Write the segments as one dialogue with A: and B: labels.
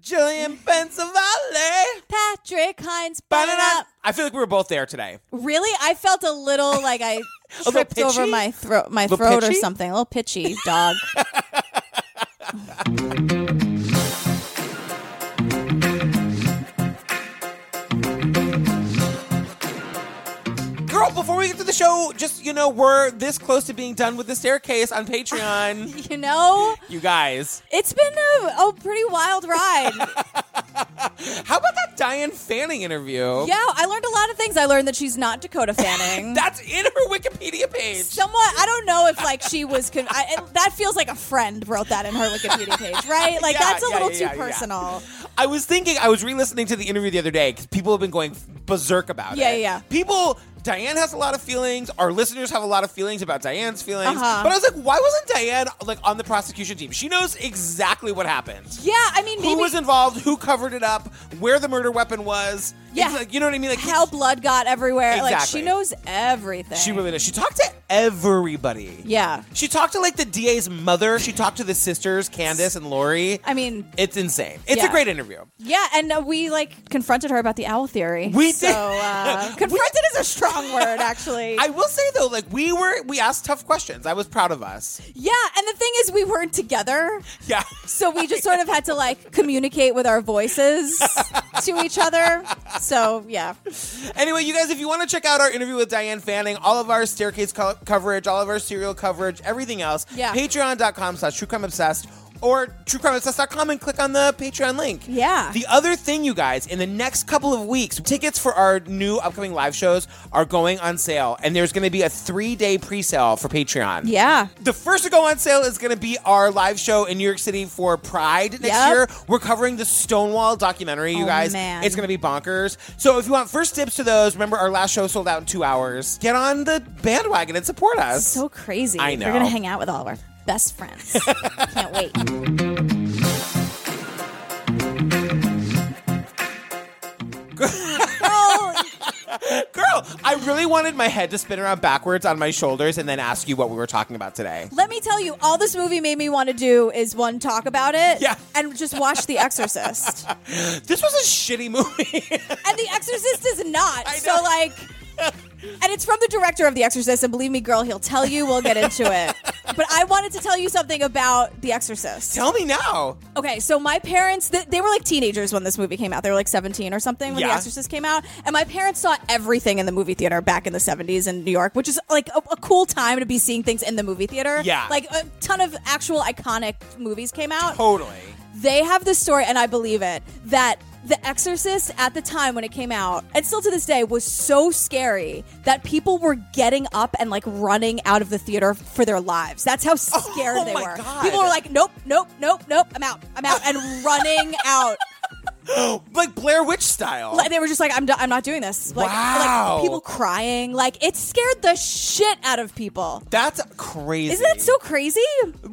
A: Julian Bensavale.
B: Patrick Heinz.
A: Ba-da-da.
B: Ba-da-da.
A: I feel like we were both there today.
B: Really, I felt a little like I
A: little
B: tripped over
A: pitchy?
B: my throat, my
A: Little
B: throat or
A: pitchy?
B: something. A little pitchy dog.
A: Girl, before we get to the show, just, you know, we're this close to being done with the staircase on Patreon.
B: you know,
A: you guys.
B: it's been a, a pretty wild ride.
A: How about that Diane Fanning interview?
B: yeah, I learned a lot of things. I learned that she's not Dakota Fanning.
A: That's in her Wikipedia page.
B: Somewhat, I don't know if like she was. Con- I, it- that feels like a friend wrote that in her Wikipedia page, right? Like
A: Yeah,
B: that's a
A: yeah,
B: little
A: yeah,
B: too
A: yeah, yeah.
B: personal.
A: I was thinking, I was re listening to the interview the other day because people have been going berserk about
B: Yeah,
A: it.
B: yeah, yeah.
A: People, Diane has a lot of feelings. Our listeners have a lot of feelings about Diane's feelings.
B: Uh-huh.
A: But I was like, why wasn't Diane like on the prosecution team? She knows exactly what happened.
B: Yeah, I mean, maybe
A: Who was involved? Who covered it up? Where the murder weapon was?
B: Yeah.
A: It's like, you know what I mean? Like
B: how blood got everywhere. Like
A: Exactly.
B: she knows everything.
A: She really does. She talked to everybody.
B: Yeah.
A: She talked to like the DA's mother. She talked to the sisters, Candace and Lori.
B: I mean,
A: It's insane. It's a
B: Yeah.
A: great interview.
B: Yeah, and uh, we like confronted her about the owl theory.
A: We
B: so,
A: did.
B: Uh, confronted is a strong word, actually.
A: I will say though, like we were, we asked tough questions. I was proud of us.
B: yeah, and the thing is, we weren't together,
A: Yeah.
B: so we just sort of had to like communicate with our voices to each other. So yeah,
A: Anyway, you guys, if you want to check out our interview with Diane Fanning, all of our staircase co- coverage, all of our serial coverage, everything else,
B: Yeah.
A: patreon.com slash true crime obsessed or truecrimeobsessed.com and click on the Patreon link.
B: Yeah.
A: The other thing, you guys, in the next couple of weeks, tickets for our new upcoming live shows are going on sale, and there's going to be a three day pre sale for Patreon.
B: yeah,
A: The first to go on sale is going to be our live show in New York City for Pride next
B: Yep.
A: year. We're covering the Stonewall documentary, you
B: Oh,
A: guys.
B: man.
A: It's going to be bonkers. So if you want first tips to those, remember our last show sold out in two hours. Get on the bandwagon and support us.
B: so crazy.
A: I know.
B: We're gonna hang out with all of our best friends. Can't wait. Girl,
A: Girl, I really wanted my head to spin around backwards on my shoulders and then ask you what we were talking about today.
B: Let me tell you, all this movie made me want to do is one talk about it,
A: Yeah.
B: and just watch The Exorcist.
A: This was a shitty movie.
B: and The Exorcist is not.
A: I
B: So
A: know.
B: like, and it's from the director of The Exorcist. And believe me, girl, he'll tell you. We'll get into it. But I wanted to tell you something about The Exorcist.
A: Tell me now.
B: Okay, so my parents, th- they were like teenagers when this movie came out. They were like 17 or something when
A: Yeah.
B: The Exorcist came out. And my parents saw everything in the movie theater back in the 70s in New York, which is like a, a cool time to be seeing things in the movie theater.
A: Yeah.
B: Like a ton of actual iconic movies came out
A: Totally.
B: they have this story, and I believe it, that The Exorcist at the time when it came out, and still to this day, was so scary that people were getting up and like running out of the theater for their lives. That's how scared
A: Oh
B: they
A: my
B: were.
A: God.
B: People were like, nope, nope, nope, nope, I'm out, I'm out, and running out.
A: Like Blair Witch style.
B: Like, they were just like, I'm, do- I'm not doing this. Like,
A: Wow.
B: like people crying. Like, it scared the shit out of people.
A: That's crazy.
B: Isn't that so crazy?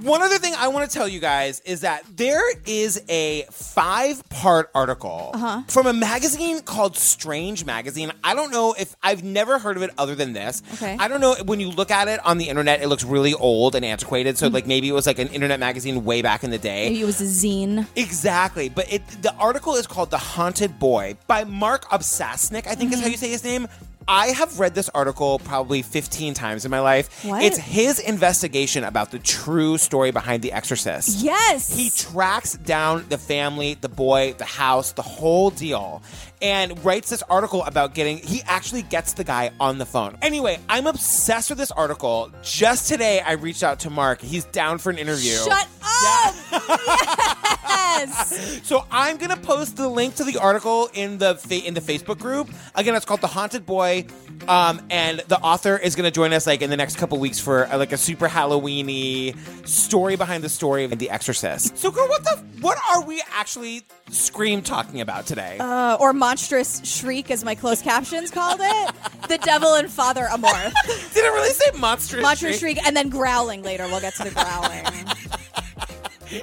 A: One other thing I want to tell you guys is that there is a five part article
B: Uh-huh.
A: from a magazine called Strange Magazine. I don't know if I've never heard of it other than this.
B: Okay.
A: I don't know. When you look at it on the internet, it looks really old and antiquated.
B: Mm-hmm.
A: So, like, maybe it was like an internet magazine way back in the day.
B: Maybe it was a zine.
A: Exactly, but it the article is called "The Haunted Boy" by Mark Obsasnik. I think
B: Mm-hmm.
A: is how you say his name. I have read this article probably 15 times in my life.
B: What?
A: It's his investigation about the true story behind The Exorcist.
B: Yes.
A: He tracks down the family, the boy, the house, the whole deal, and writes this article about getting. He actually gets the guy on the phone. Anyway, I'm obsessed with this article. Just today, I reached out to Mark. He's down for an interview.
B: Shut up. Yes.
A: So I'm gonna post the link to the article in the fa- in the Facebook group. Again, it's called "The Haunted Boy," um, and the author is gonna join us like in the next couple weeks for uh, like a super Halloweeny story behind the story of The Exorcist. So, girl, what the what are we actually scream talking about today?
B: uh, or monstrous shriek, as my closed captions called it. the devil and Father Amorth.
A: Did it really say monstrous?
B: monstrous shriek, and then growling later. We'll get to the growling.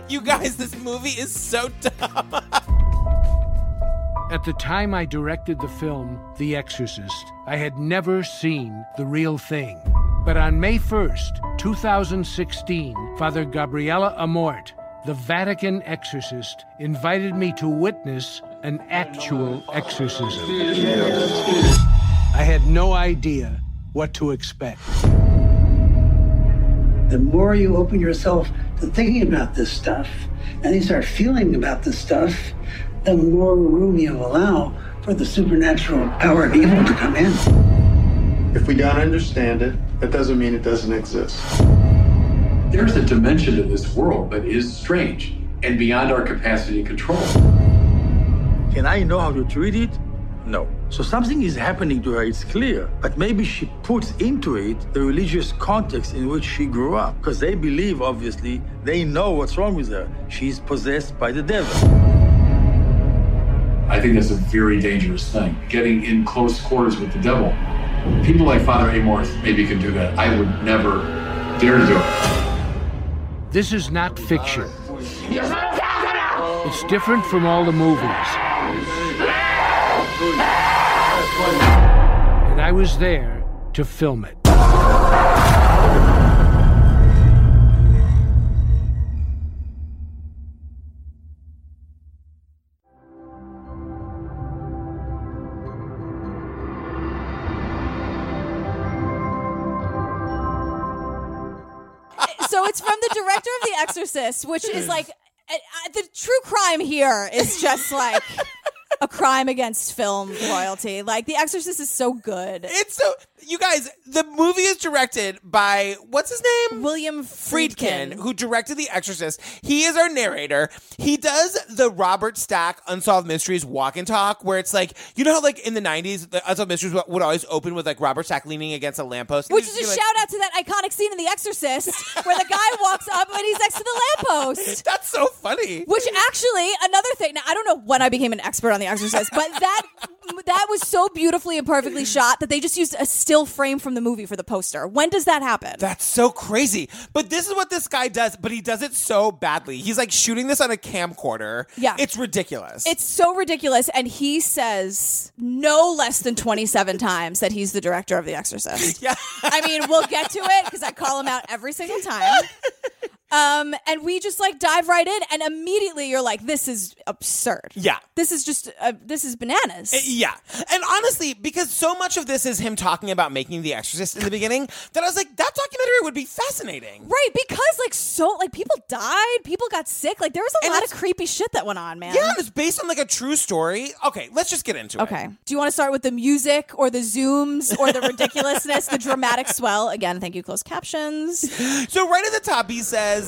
A: You guys, this movie is so dumb.
C: At the time I directed the film, The Exorcist, I had never seen the real thing. But on May 1st, 2016, Father Gabriela Amort the Vatican exorcist invited me to witness an actual exorcism. I had no idea what to expect.
D: the more you open yourself to thinking about this stuff and you start feeling about this stuff, the more room you allow for the supernatural power of evil to come in.
E: If we don't understand it, that doesn't mean it doesn't exist.
F: There's a dimension to this world that is strange and beyond our capacity to control.
G: Can I know how to treat it? No. So something is happening to her, it's clear. But maybe she puts into it the religious context in which she grew up. Because they believe, obviously, they know what's wrong with her. She's possessed by the devil.
F: I think that's a very dangerous thing. Getting in close quarters with the devil. People like Father Amorth maybe can do that. I would never dare to do it.
C: This is not fiction. It's different from all the movies. And I was there to film it.
B: so it's from the director of The Exorcist, which is like I- I- the true crime here is just like a crime against film royalty. Like The Exorcist is so good.
A: It's so you guys. The movie is directed by what's his name?
B: William
A: Friedkin,
B: Friedkin.
A: who directed The Exorcist. He is our narrator. He does the Robert Stack Unsolved Mysteries walk and talk, where it's like, you know how, like, in the 90s, the Unsolved Mysteries would, would always open with, like, Robert Stack leaning against a lamppost.
B: Which
A: He'd
B: is
A: just
B: a
A: be like,
B: shout out to that iconic scene in The Exorcist where the guy walks up and he's next to the lamppost.
A: That's so funny.
B: Which actually, another thing. Now, I don't know when I became an expert on The Exorcist, but that that was so beautifully and perfectly shot that they just used a still frame from the movie for the poster. When does that happen?
A: That's so crazy. But this is what this guy does, but he does it so badly. He's like shooting this on a camcorder.
B: Yeah.
A: It's ridiculous.
B: It's so ridiculous. And he says no less than 27 times that he's the director of The Exorcist.
A: Yeah.
B: I mean, we'll get to it because I call him out every single time. Um, and we just like dive right in, and immediately you're like, "This is absurd.
A: Yeah.
B: this is just uh, this is bananas."
A: Yeah. And honestly, because so much of this is him talking about making The Exorcist in the beginning, that I was like, that documentary would be fascinating.
B: right? Because like so, like people died, people got sick, like there was a
A: And
B: lot of
A: it's-
B: creepy shit that went on, man.
A: Yeah, and it's based on like a true story. Okay, let's just get into it.
B: Okay. Do you want to start with the music or the zooms or the ridiculousness, the dramatic swell? Again, thank you, closed captions.
A: So right at the top, he says,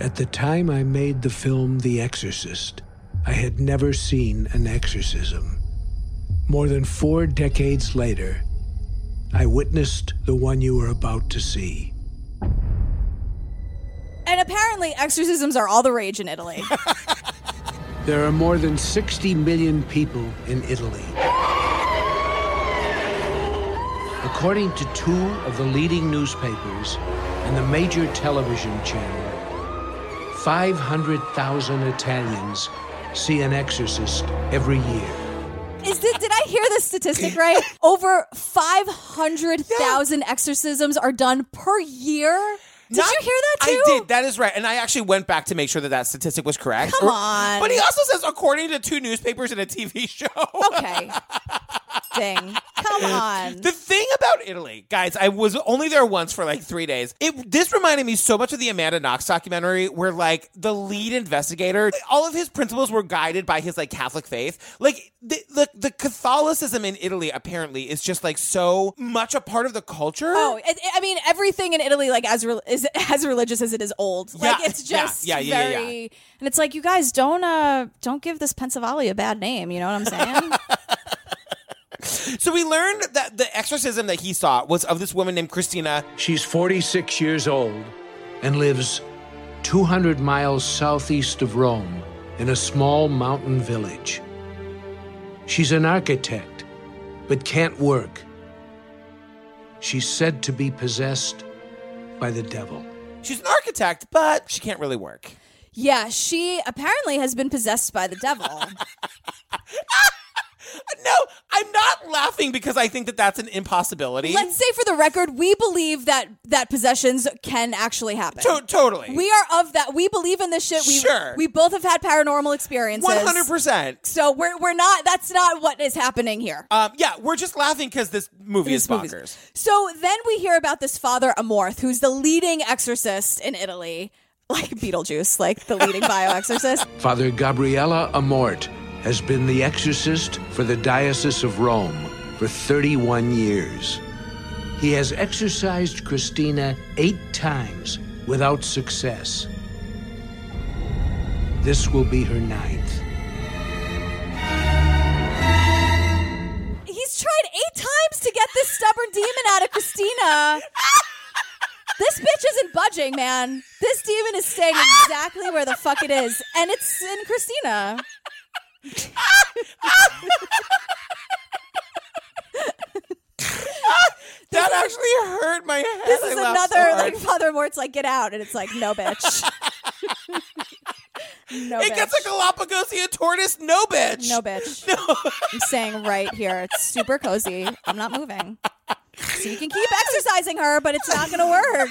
C: At the time I made the film The Exorcist, I had never seen an exorcism. More than four decades later, I witnessed the one you are about to see.
B: And apparently, exorcisms are all the rage in Italy.
C: There are more than 60 million people in Italy. According to two of the leading newspapers and the major television channel, 500,000 Italians see an exorcist every year.
B: Is this, did I hear this statistic right? Over 500,000 exorcisms are done per year. Did
A: Not-
B: you hear that too?
A: I did. That is right. And I actually went back to make sure that that statistic was correct.
B: Come
A: Or-
B: on.
A: But he also says, according to two newspapers and a TV show.
B: Okay. Thing. Come on.
A: The thing about Italy, guys, I was only there once for like three days. It this reminded me so much of the Amanda Knox documentary, where like the lead investigator, all of his principles were guided by his like Catholic faith. Like the the, the Catholicism in Italy apparently is just like so much a part of the culture.
B: Oh, it, it- I mean, everything in Italy, like as re- is as religious as it is old. Like
A: Yeah,
B: it's just
A: yeah, yeah, yeah, yeah.
B: very, and it's like you guys don't uh don't give this Pensavalle a bad name. You know what I'm saying?
A: So we learned that the exorcism that he saw was of this woman named Christina.
C: She's 46 years old and lives 200 miles southeast of Rome in a small mountain village. She's an architect, but can't work. She's said to be possessed by the devil.
A: She's an architect, but she can't really work.
B: yeah, she apparently has been possessed by the devil.
A: No, I'm not laughing because I think that that's an impossibility.
B: Let's say for the record, we believe that that possessions can actually happen.
A: To- totally.
B: We are of that. We believe in this shit. We
A: Sure.
B: we both have had paranormal experiences.
A: 100%.
B: So we're we're not. That's not what is happening here.
A: Um, yeah, we're just laughing because this movie is
B: These movies.
A: bonkers.
B: So then we hear about this Father Amorth, who's the leading exorcist in Italy, like Beetlejuice, like the leading bioexorcist.
C: Father Gabriella Amort has been the exorcist for the Diocese of Rome for 31 years. He has exorcised Christina eight times without success. This will be her ninth.
B: He's tried eight times to get this stubborn demon out of Christina. This bitch isn't budging, man. This demon is staying exactly where the fuck it is, and it's in Christina.
A: That actually hurt my head.
B: This
A: I
B: is
A: laughed so
B: another like
A: hard.
B: Father Mort's like get out, and it's like no, bitch. no,
A: It
B: bitch.
A: gets a Galapagosian tortoise, no bitch.
B: No, bitch. I'm staying right here. It's super cozy. I'm not moving. So you can keep exercising her, but it's not going to work.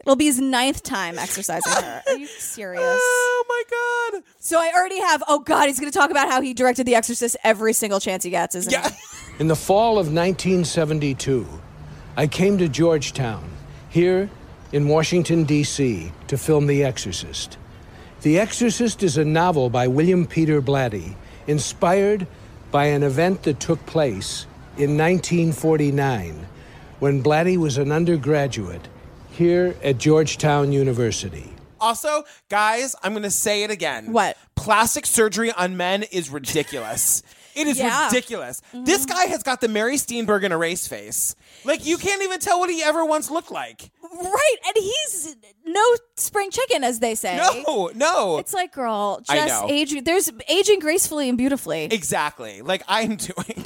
B: It'll be his ninth time exercising her. Are you serious?
A: Oh my god.
B: So I already have. Oh God, he's going to talk about how he directed The Exorcist every single chance he gets, isn't
A: Yeah.
B: he?
C: In the fall of 1972, I came to Georgetown, here in Washington, D.C., to film The Exorcist. The Exorcist is a novel by William Peter Blatty, inspired by an event that took place in 1949 when Blatty was an undergraduate here at Georgetown University.
A: Also, guys, I'm going to say it again.
B: What?
A: Plastic surgery on men is ridiculous. It is
B: Yeah. Mm-hmm.
A: ridiculous. This guy has got the Mary Steenburgen erase face. Like you can't even tell what he ever once looked like.
B: Right, and he's no spring chicken, as they say.
A: No, no.
B: It's like, girl,
A: I
B: just
A: know.
B: age. There's aging gracefully and beautifully.
A: exactly. Like I'm doing.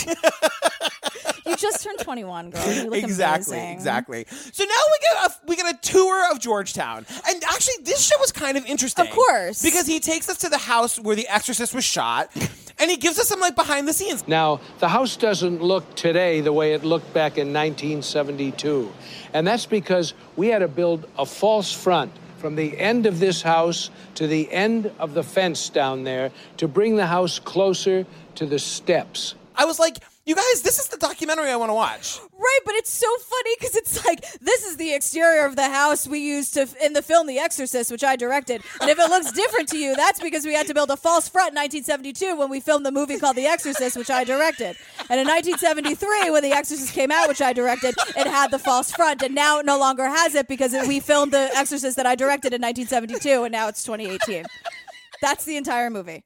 B: You just turned 21, girl. You look
A: exactly,
B: amazing.
A: exactly. So now we get a we get a tour of Georgetown, and actually this shit was kind of interesting.
B: Of course.
A: because he takes us to the house where The Exorcist was shot, and he gives us some like behind the scenes.
C: Now, the house doesn't look today the way it looked back in 1972. And that's because we had to build a false front from the end of this house to the end of the fence down there to bring the house closer to the steps.
A: I was like, you guys, this is the documentary I want to watch.
B: Right, but it's so funny because it's like this is the exterior of the house we used to in the film The Exorcist, which I directed. And if it looks different to you, that's because we had to build a false front in 1972 when we filmed the movie called The Exorcist, which I directed. And in 1973, when The Exorcist came out, which I directed, it had the false front, and now it no longer has it because it, we filmed The Exorcist that I directed in 1972, and now it's 2018. That's the entire movie.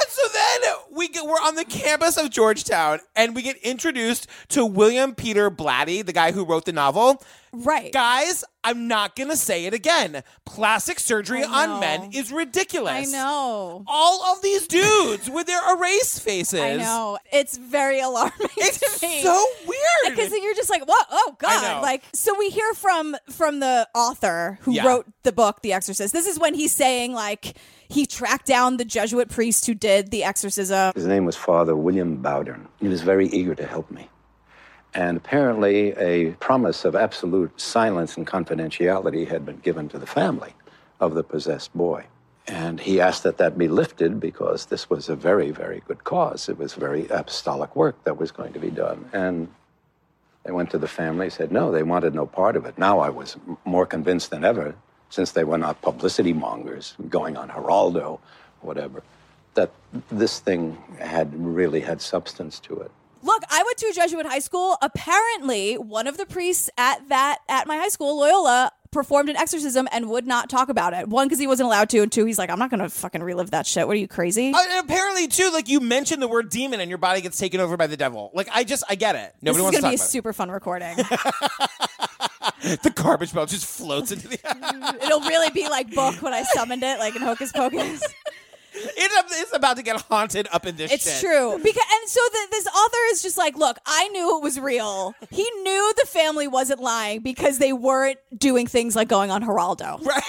A: And so then we get we're on the campus of Georgetown, and we get introduced to William Peter Blatty, the guy who wrote the novel.
B: Right.
A: Guys, I'm not gonna say it again. Plastic surgery
B: I know.
A: on men is
B: I
A: ridiculous.
B: know.
A: all of these dudes with their erase faces.
B: I know. It's very alarming
A: It's
B: to me.
A: so weird.
B: because you're just like, what? Oh
A: I know.
B: God! Like, so we hear from from the author who
A: Yeah.
B: wrote the book, The Exorcist. This is when he's saying like he tracked down the Jesuit priest who did the exorcism.
H: His name was Father William Bowden. He was very eager to help me. And apparently, a promise of absolute silence and confidentiality had been given to the family of the possessed boy. And he asked that that be lifted because this was a very, very good cause. It was very apostolic work that was going to be done. And they went to the family, said no, they wanted no part of it. Now I was m- more convinced than ever, since they were not publicity mongers going on Geraldo, whatever, that this thing had really had substance to it.
B: Look, I went to a Jesuit high school. Apparently, one of the priests at that at my high school, Loyola, performed an exorcism and would not talk about it. One, because he wasn't allowed to, and two, he's like, I'm not gonna fucking relive that shit. What are you crazy?
A: Uh, and apparently, too, like you mentioned the word demon and your body gets taken over by the devil. Like, I just, I get it.
B: this
A: Nobody
B: is
A: wants to
B: gonna
A: talk
B: be a
A: about
B: super fun recording.
A: it. The garbage belt just floats into the.
B: It'll really be like book when I summoned it, like in Hocus Pocus.
A: It's, it's about to get haunted up in this
B: It's
A: shit.
B: true. Because and so the, this author is just like, look, I knew it was real. He knew the family wasn't lying because they weren't doing things like going on Geraldo. Right.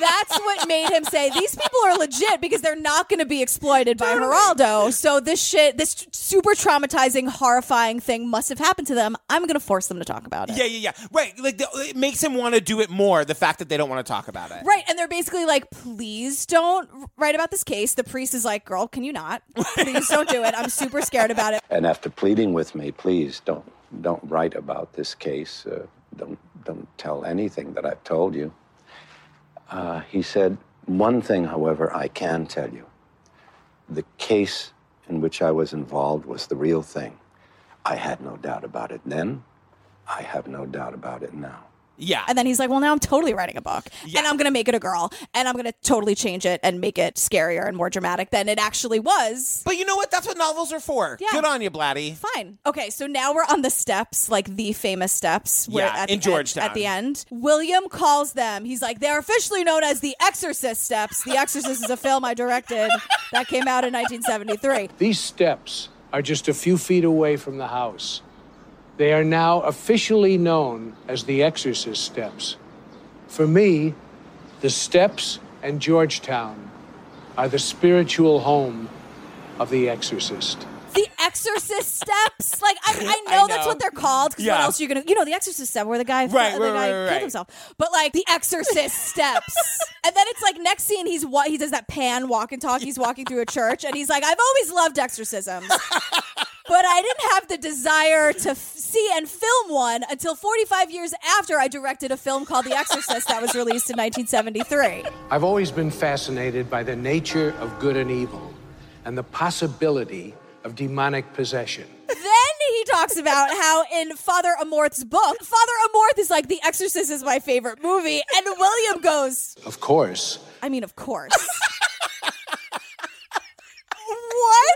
B: That's what made him say these people are legit because they're not going to be exploited by Geraldo. So this shit, this t- super traumatizing, horrifying thing must have happened to them. I'm going to force them to talk about it.
A: Yeah, yeah, yeah. Right. Like the, it makes him want to do it more. The fact that they don't want to talk about it.
B: Right, and they're basically like, please don't write about this case. The priest is like, girl, can you not? Please don't do it. I'm super scared about it.
H: And after pleading with me, please don't don't write about this case. Uh, don't don't tell anything that I've told you. Uh, he said, "One thing, however, I can tell you: the case in which I was involved was the real thing. I had no doubt about it then. I have no doubt about it now."
A: Yeah.
B: And then he's like, well, now I'm totally writing a book and I'm going to make it a girl and I'm going to totally change it and make it scarier and more dramatic than it actually was.
A: but you know what? That's what novels are for.
B: Yeah.
A: Good on you, Blatty.
B: Fine. Okay, so now we're on the steps, like the famous steps. where
A: Yeah,
B: at
A: in
B: the end-
A: Georgetown.
B: at the end, William calls them. He's like, they're officially known as the Exorcist steps. The Exorcist is a film I directed that came out in 1973.
C: These steps are just a few feet away from the house. They are now officially known as the Exorcist Steps. For me, the steps and Georgetown are the spiritual home of the Exorcist.
B: The Exorcist steps. Like I, I know that's
A: know.
B: what they're called. Because what
A: Yeah.
B: else are you gonna? You know, the Exorcist step where the guy,
A: Right, right,
B: the guy
A: right, right,
B: killed
A: right.
B: himself. But like the Exorcist steps, and then it's like next scene he's what he does that pan walk and talk. He's walking through a church, and he's like, "I've always loved exorcisms." But I didn't have the desire to f- see and film one until 45 years after I directed a film called The Exorcist that was released in 1973.
C: I've always been fascinated by the nature of good and evil and the possibility of demonic possession.
B: then he talks about how in Father Amorth's book, Father Amorth is like, The Exorcist is my favorite movie. And William goes,
C: Of course,
B: I mean, of course. what?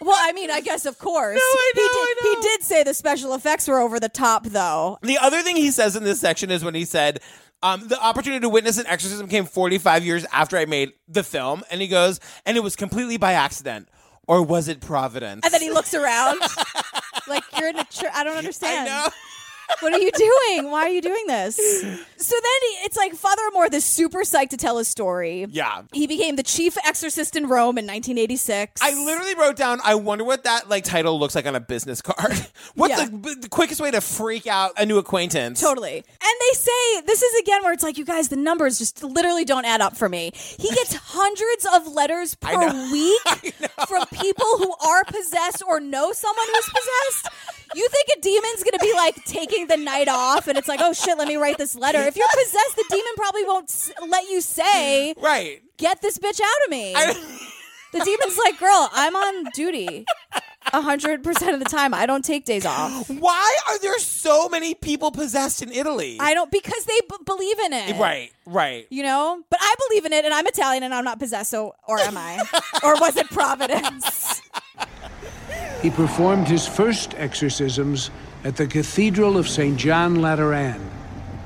B: Well, I mean, I guess of course. No,
A: I know,
B: he,
A: I
B: did,
A: know.
B: he did say the special effects were over the top, though.
A: The other thing he says in this section is when he said, um, the opportunity to witness an exorcism came 45 years after I made the film. And he goes, and it was completely by accident. Or was it providence?
B: And then he looks around, like you're in a church. I don't
A: I
B: understand.
A: know.
B: what are you doing? Why are you doing this? So then he, it's like Father Amorth is super psyched to tell his story.
A: Yeah.
B: He became the chief exorcist in Rome in 1986.
A: I literally wrote down. I wonder what that like title looks like on a business card. What's
B: Yeah.
A: the, the quickest way to freak out a new acquaintance?
B: Totally. And they say, this is again where it's like, you guys, the numbers just literally don't add up for me. He gets hundreds of letters per week from people who are possessed or know someone who's possessed. You think a demon's going to be like taking the night off and it's like, oh shit, let me write this letter. If you're possessed, the demon probably won't s- let you say,
A: Right.
B: get this bitch out of me. the demon's like, girl, I'm on duty. 100% of the time, I don't take days off.
A: Why are there so many people possessed in Italy?
B: I don't because they b- believe in it.
A: right. Right.
B: You know? But I believe in it and I'm Italian and I'm not possessed, so or am I? or was it Providence?
C: He performed his first exorcisms at the Cathedral of St. John Lateran,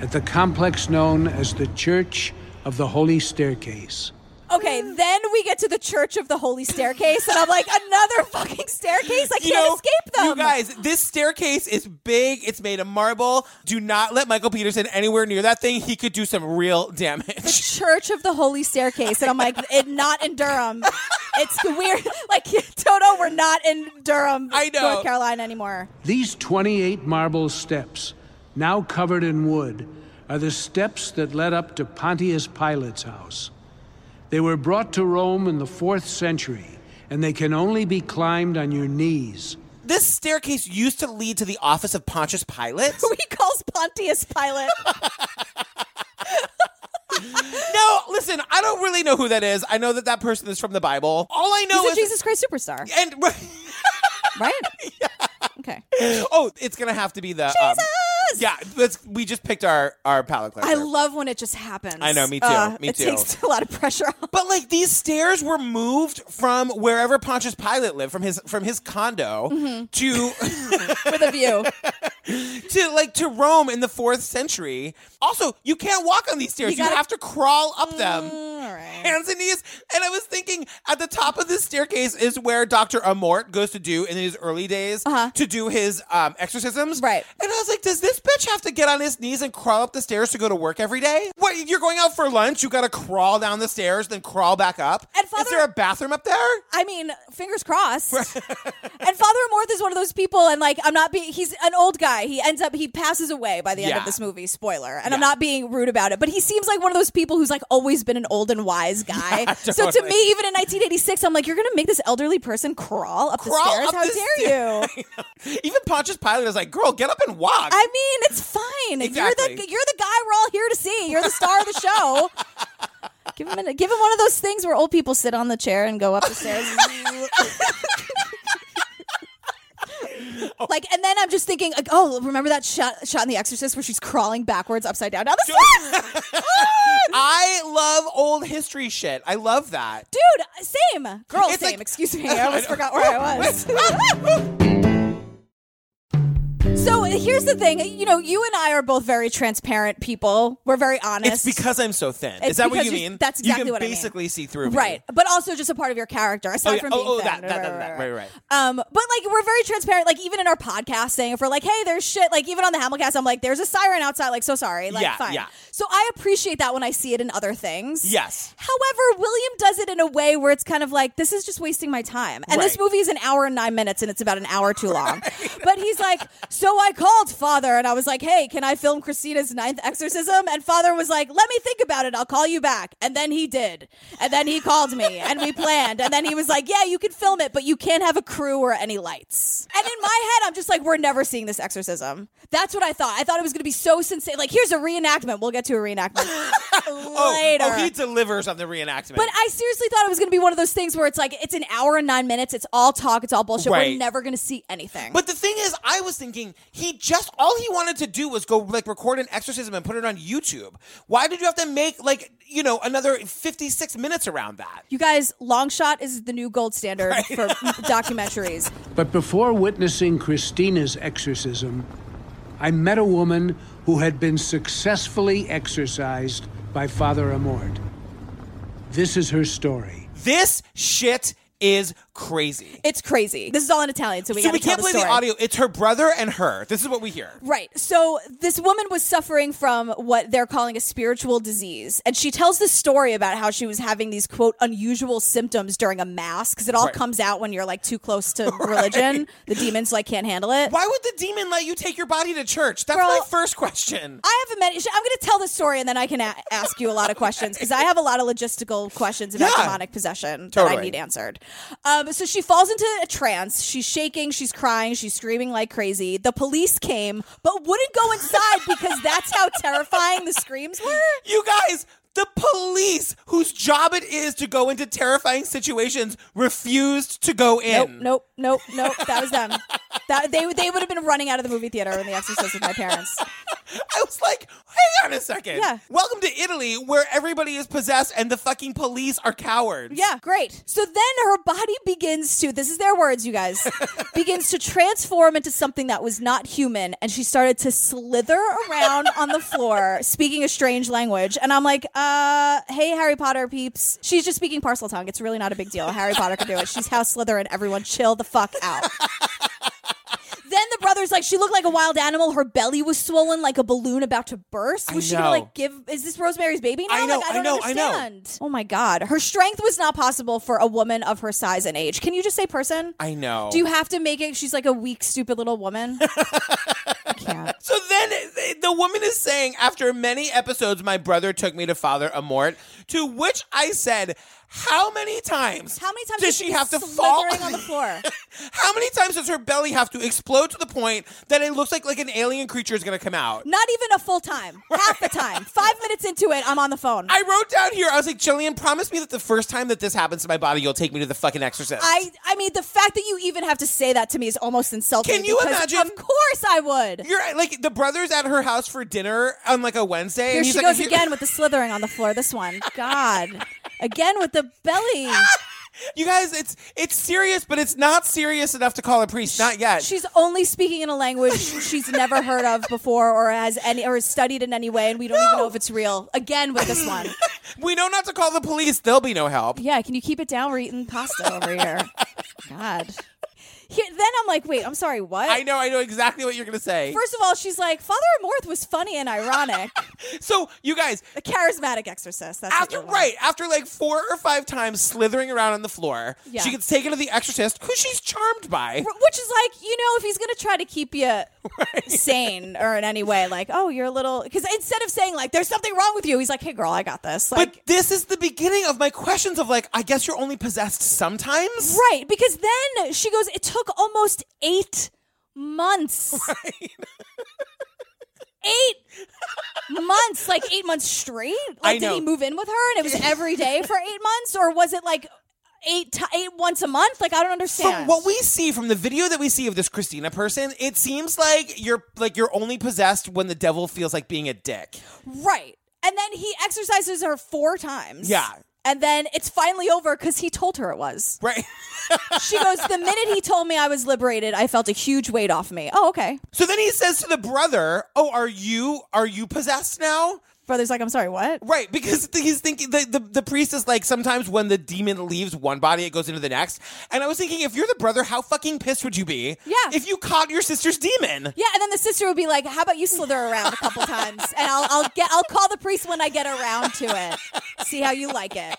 C: at the complex known as the Church of the Holy Staircase.
B: Okay, then we get to the Church of the Holy Staircase and I'm like, another fucking staircase? I can't
A: You know,
B: escape them.
A: you guys, this staircase is big. It's made of marble. Do not let Michael Peterson anywhere near that thing. He could do some real
B: The
A: damage.
B: Church of the Holy Staircase. And I'm like, it not in Durham. It's weird. Like Toto, we're not in Durham,
A: I know.
B: North Carolina anymore.
C: These 28 marble steps, now covered in wood, are the steps that led up to Pontius Pilate's house. They were brought to Rome in the fourth century, and they can only be climbed on your knees.
A: This staircase used to lead to the office of Pontius Pilate.
B: Who he calls Pontius Pilate.
A: no, listen, I don't really know who that is. I know that that person is from the Bible. All I know
B: He's a
A: is
B: Jesus Christ superstar.
A: and
B: Right? Okay.
A: oh, it's gonna have to be the um,
B: Jesus!
A: yeah, let's. We just picked our our palate cleanser.
B: I love when it just happens. Uh,
A: I know, me too, me
B: it
A: too.
B: takes a lot of pressure off.
A: But like these stairs were moved from wherever Pontius Pilate lived, from his from his condo to
B: with a view.
A: to like to Rome in the fourth century. Also, you can't walk on these stairs. You,
B: You gotta- Mm,
A: have to crawl up them.
B: All right.
A: Hands and knees, and I was thinking at the top of this staircase is where Doctor Amort goes to do in his early days
B: Uh-huh.
A: to do his um, exorcisms.
B: Right.
A: And I was like, does this bitch have to get on his knees and crawl up the stairs to go to work every day? What? You're going out for lunch? You got to crawl down the stairs, then crawl back up.
B: And
A: is
B: Father-
A: there a bathroom up there?
B: I mean, fingers crossed. and Father Amorth is one of those people, and like, I'm not being, he's an old guy. He ends up, he passes away by the end
A: Yeah.
B: of this movie, spoiler. And I'm
A: Yeah.
B: not being rude about it, but he seems like one of those people who's like always been an old and wise guy. So to
A: totally.
B: me, even in 1986, I'm like, you're going to make this elderly person crawl up
A: Crawl
B: the stairs?
A: up
B: How
A: the
B: dare you?
A: Even Pontius Pilate is like, girl, get up and walk.
B: I mean, it's fine.
A: Exactly.
B: You're the you're the guy we're all here to see. You're the star of the show. give him a, give him one of those things where old people sit on the chair and go up the stairs. Like and then I'm just thinking, like, oh, remember that shot, shot in The Exorcist where she's crawling backwards, upside down down the stairs, Ah,
A: I love old history shit. I love that.
B: dude. uh, Same girl,
A: It's
B: same.
A: like-
B: Excuse me, I almost forgot where I was. so uh, here's the thing, you know, you and I are both very transparent people. We're very honest.
A: It's because I'm so thin.
B: It's
A: is that what
B: because
A: you
B: you're-
A: mean?
B: that's
A: you
B: exactly
A: can
B: what I mean.
A: basically see through me.
B: Right, but also just a part of your character aside
A: Oh, yeah.
B: from being
A: oh, oh,
B: thin.
A: that, that, that, that, right, right.
B: Um, but like we're very transparent. Like even in our podcasting, if we're like, "Hey, there's shit," like even on the Hamilcast, I'm like, "There's a siren outside." Like, so sorry. Like,
A: Yeah,
B: fine.
A: yeah.
B: So I appreciate that when I see it in other things.
A: Yes.
B: However, William does it in a way where it's kind of like, "This is just wasting my time." And this
A: Right.
B: movie is an hour and nine minutes, and it's about an hour too long. But he's like, "So I called Father, and I was like, "Hey, can I film Christina's ninth exorcism?" And Father was like, "Let me think about it. I'll call you back." And then he did. And then he called me, and we planned. And then he was like, "Yeah, you can film it, but you can't have a crew or any lights." And in my head, I'm just like, "We're never seeing this exorcism." That's what I thought. I thought it was going to be so sincere. Like, here's a reenactment. We'll get to a reenactment
A: Oh,
B: later.
A: oh, he delivers on the reenactment.
B: But I seriously thought it was going to be one of those things where it's like it's an hour and nine minutes. It's all talk. It's all bullshit.
A: Right.
B: We're never going to see anything.
A: But the thing is, I was thinking he just all he wanted to do was go like record an exorcism and put it on YouTube. Why did you have to make like you know another fifty six minutes around that?
B: you guys, long shot is the new gold standard for documentaries.
C: But before witnessing Christina's exorcism, I met a woman who had been successfully exorcised by Father Amort. This is her story.
A: This shit is crazy.
B: It's crazy. This is all in Italian, so we,
A: so
B: gotta
A: we can't
B: tell
A: play
B: the,
A: the
B: story.
A: audio. It's her brother and her. This is what we hear.
B: Right. So this woman was suffering from what they're calling a spiritual disease. And she tells this story about how she was having these quote unusual symptoms during a mass because it all
A: Right.
B: comes out when you're like too close to religion. The demons like can't handle it.
A: Why would the demon let you take your body to church? That's
B: Girl,
A: my first question.
B: I have a med- I'm going to tell the story and then I can a- ask you a lot of questions because I have a lot of logistical questions about
A: Yeah.
B: demonic possession that I
A: Totally.
B: need answered. Um, so she falls into a trance. She's shaking. She's crying. She's screaming like crazy. The police came, but wouldn't go inside because that's how terrifying the screams were.
A: You guys, the police, whose job it is to go into terrifying situations, refused to go in.
B: Nope, nope, nope, nope. That was them. That they would- they would have been running out of the movie theater when The Exorcist with my parents.
A: I was like, hang on a second.
B: Yeah.
A: Welcome to Italy, where everybody is possessed and the fucking police are cowards.
B: Yeah, great. So then her body begins to, this is their words, you guys, begins to transform into something that was not human. And she started to slither around on the floor, speaking a strange language. And I'm like, uh, hey, Harry Potter peeps. She's just speaking parcel tongue. It's really not a big deal. Harry Potter can do it. She's House Slytherin. Everyone chill the fuck out. Then the brother's like, she looked like a wild animal. Her belly was swollen like a balloon about to burst. Was she gonna
A: know.
B: like give? Is this Rosemary's baby now?
A: I know,
B: like,
A: I
B: I don't
A: know, I know.
B: understand. Oh my god, her strength was not possible for a woman of her size and age. Can you just say person?
A: I know.
B: Do you have to make it? She's like a weak, stupid little woman. I can't.
A: so then th- the woman is saying, after many episodes, my brother took me to Father Amort, to which I said, how many times?
B: How many times
A: does
B: is
A: she have to fall?
B: slithering on the floor?
A: How many times does her belly have to explode to the point that it looks like like an alien creature is going to come out?
B: Not even a full time. Half the time. Five minutes into it, I'm on the phone.
A: I wrote down here. I was like, Jillian, promise me that the first time that this happens to my body, you'll take me to the fucking exorcist.
B: I I mean the fact that you even have to say that to me is almost insulting.
A: Can you
B: because
A: imagine-
B: Of course I would.
A: You're like the brothers at her house for dinner on like a Wednesday.
B: Here
A: and
B: she
A: he's like,
B: goes
A: "Here-" Ah,
B: again with the slithering on the floor. This one, God, again with the belly.
A: You guys, it's it's serious, but it's not serious enough to call a priest. Not yet.
B: She's only speaking in a language she's never heard of before, or has any, or has studied in any way, and we don't even know if it's real. Again with this one.
A: we know not to call the police. There'll be no help.
B: Yeah, can you keep it down? We're eating pasta over here. God. Here, then I'm like, wait, I'm sorry, what?
A: I know. I know exactly what you're gonna say.
B: First of all, she's like, Father Amorth was funny and ironic.
A: so you guys,
B: A charismatic exorcist. That's what
A: after
B: you want.
A: Ah, right after like four or five times slithering around on the floor,
B: Yeah.
A: she gets taken to the exorcist, who she's charmed by.
B: R- Which is like, you know, if he's going to try to keep you sane or in any way, like, oh, you're a little. Because instead of saying, like, there's something wrong with you, he's like, hey, girl, I got this. Like,
A: But this is the beginning of my questions of like, I guess you're only possessed sometimes.
B: Right, because then she goes, it took almost eight months. eight months, like eight months straight. Like,
A: I
B: did he
A: know.
B: move in with her, and it was every day for eight months, or was it like eight ti eight once a month? Like I don't
A: From
B: understand.
A: what we see from the video that we see of this Christina person, it seems like you're like you're only possessed when the devil feels like being a dick.
B: right, and then he exercises her four times.
A: Yeah.
B: And then it's finally over because he told her it was.
A: Right.
B: She goes, The minute he told me I was liberated, I felt a huge weight off me. Oh, okay.
A: So then he says to the brother, "Oh, are you are you possessed now?"
B: Brother's like, I'm sorry, what?
A: Right, because th- he's thinking the, the the priest is like sometimes when the demon leaves one body, it goes into the next. And I was thinking, if you're the brother, how fucking pissed would you be?
B: Yeah.
A: If you caught your sister's demon.
B: Yeah, and then the sister would be like, "How about you slither around a couple times, and I'll, I'll get I'll call the priest when I get around to it. See how you like it."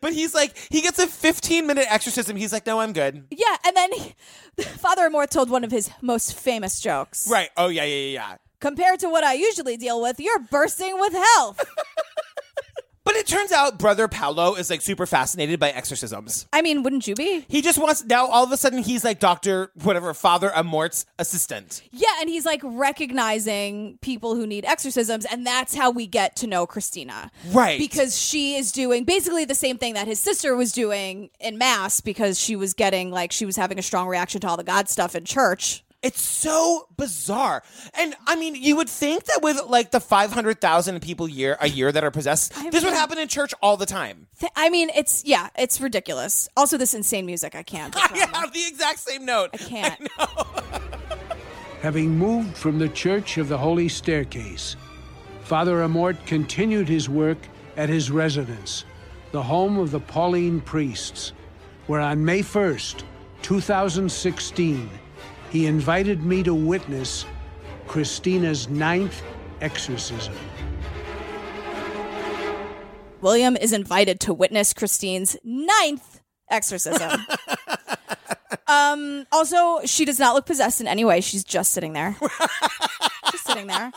A: But he's like, he gets a 15 minute exorcism. He's like, no, I'm good.
B: Yeah, and then he, Father Amor told one of his most famous jokes.
A: Right. Oh yeah, yeah, yeah, yeah.
B: Compared to what I usually deal with, you're bursting with health.
A: But it turns out brother Paolo is like super fascinated by exorcisms.
B: I mean, wouldn't you be?
A: He just wants now all of a sudden he's like Doctor whatever Father Amort's assistant.
B: Yeah, and he's like recognizing people who need exorcisms, and that's how we get to know Christina.
A: Right.
B: Because she is doing basically the same thing that his sister was doing in mass because she was getting like she was having a strong reaction to all the God stuff in church.
A: It's so bizarre. And I mean, you would think that with like the 500,000 people year a year that are possessed,
B: I
A: this would
B: mean-
A: happen in church all the time.
B: Th- I mean, it's yeah, it's ridiculous. Also, this insane music, I can't.
A: I have the exact same note.
B: I can't.
C: Having moved from the Church of the Holy Staircase, Father Amort continued his work at his residence, the home of the Pauline priests, where on May 1st, 2016, he invited me to witness Christina's ninth exorcism.
B: William is invited to witness Christine's ninth exorcism. um, also, she does not look possessed in any way. She's just sitting there. just sitting there.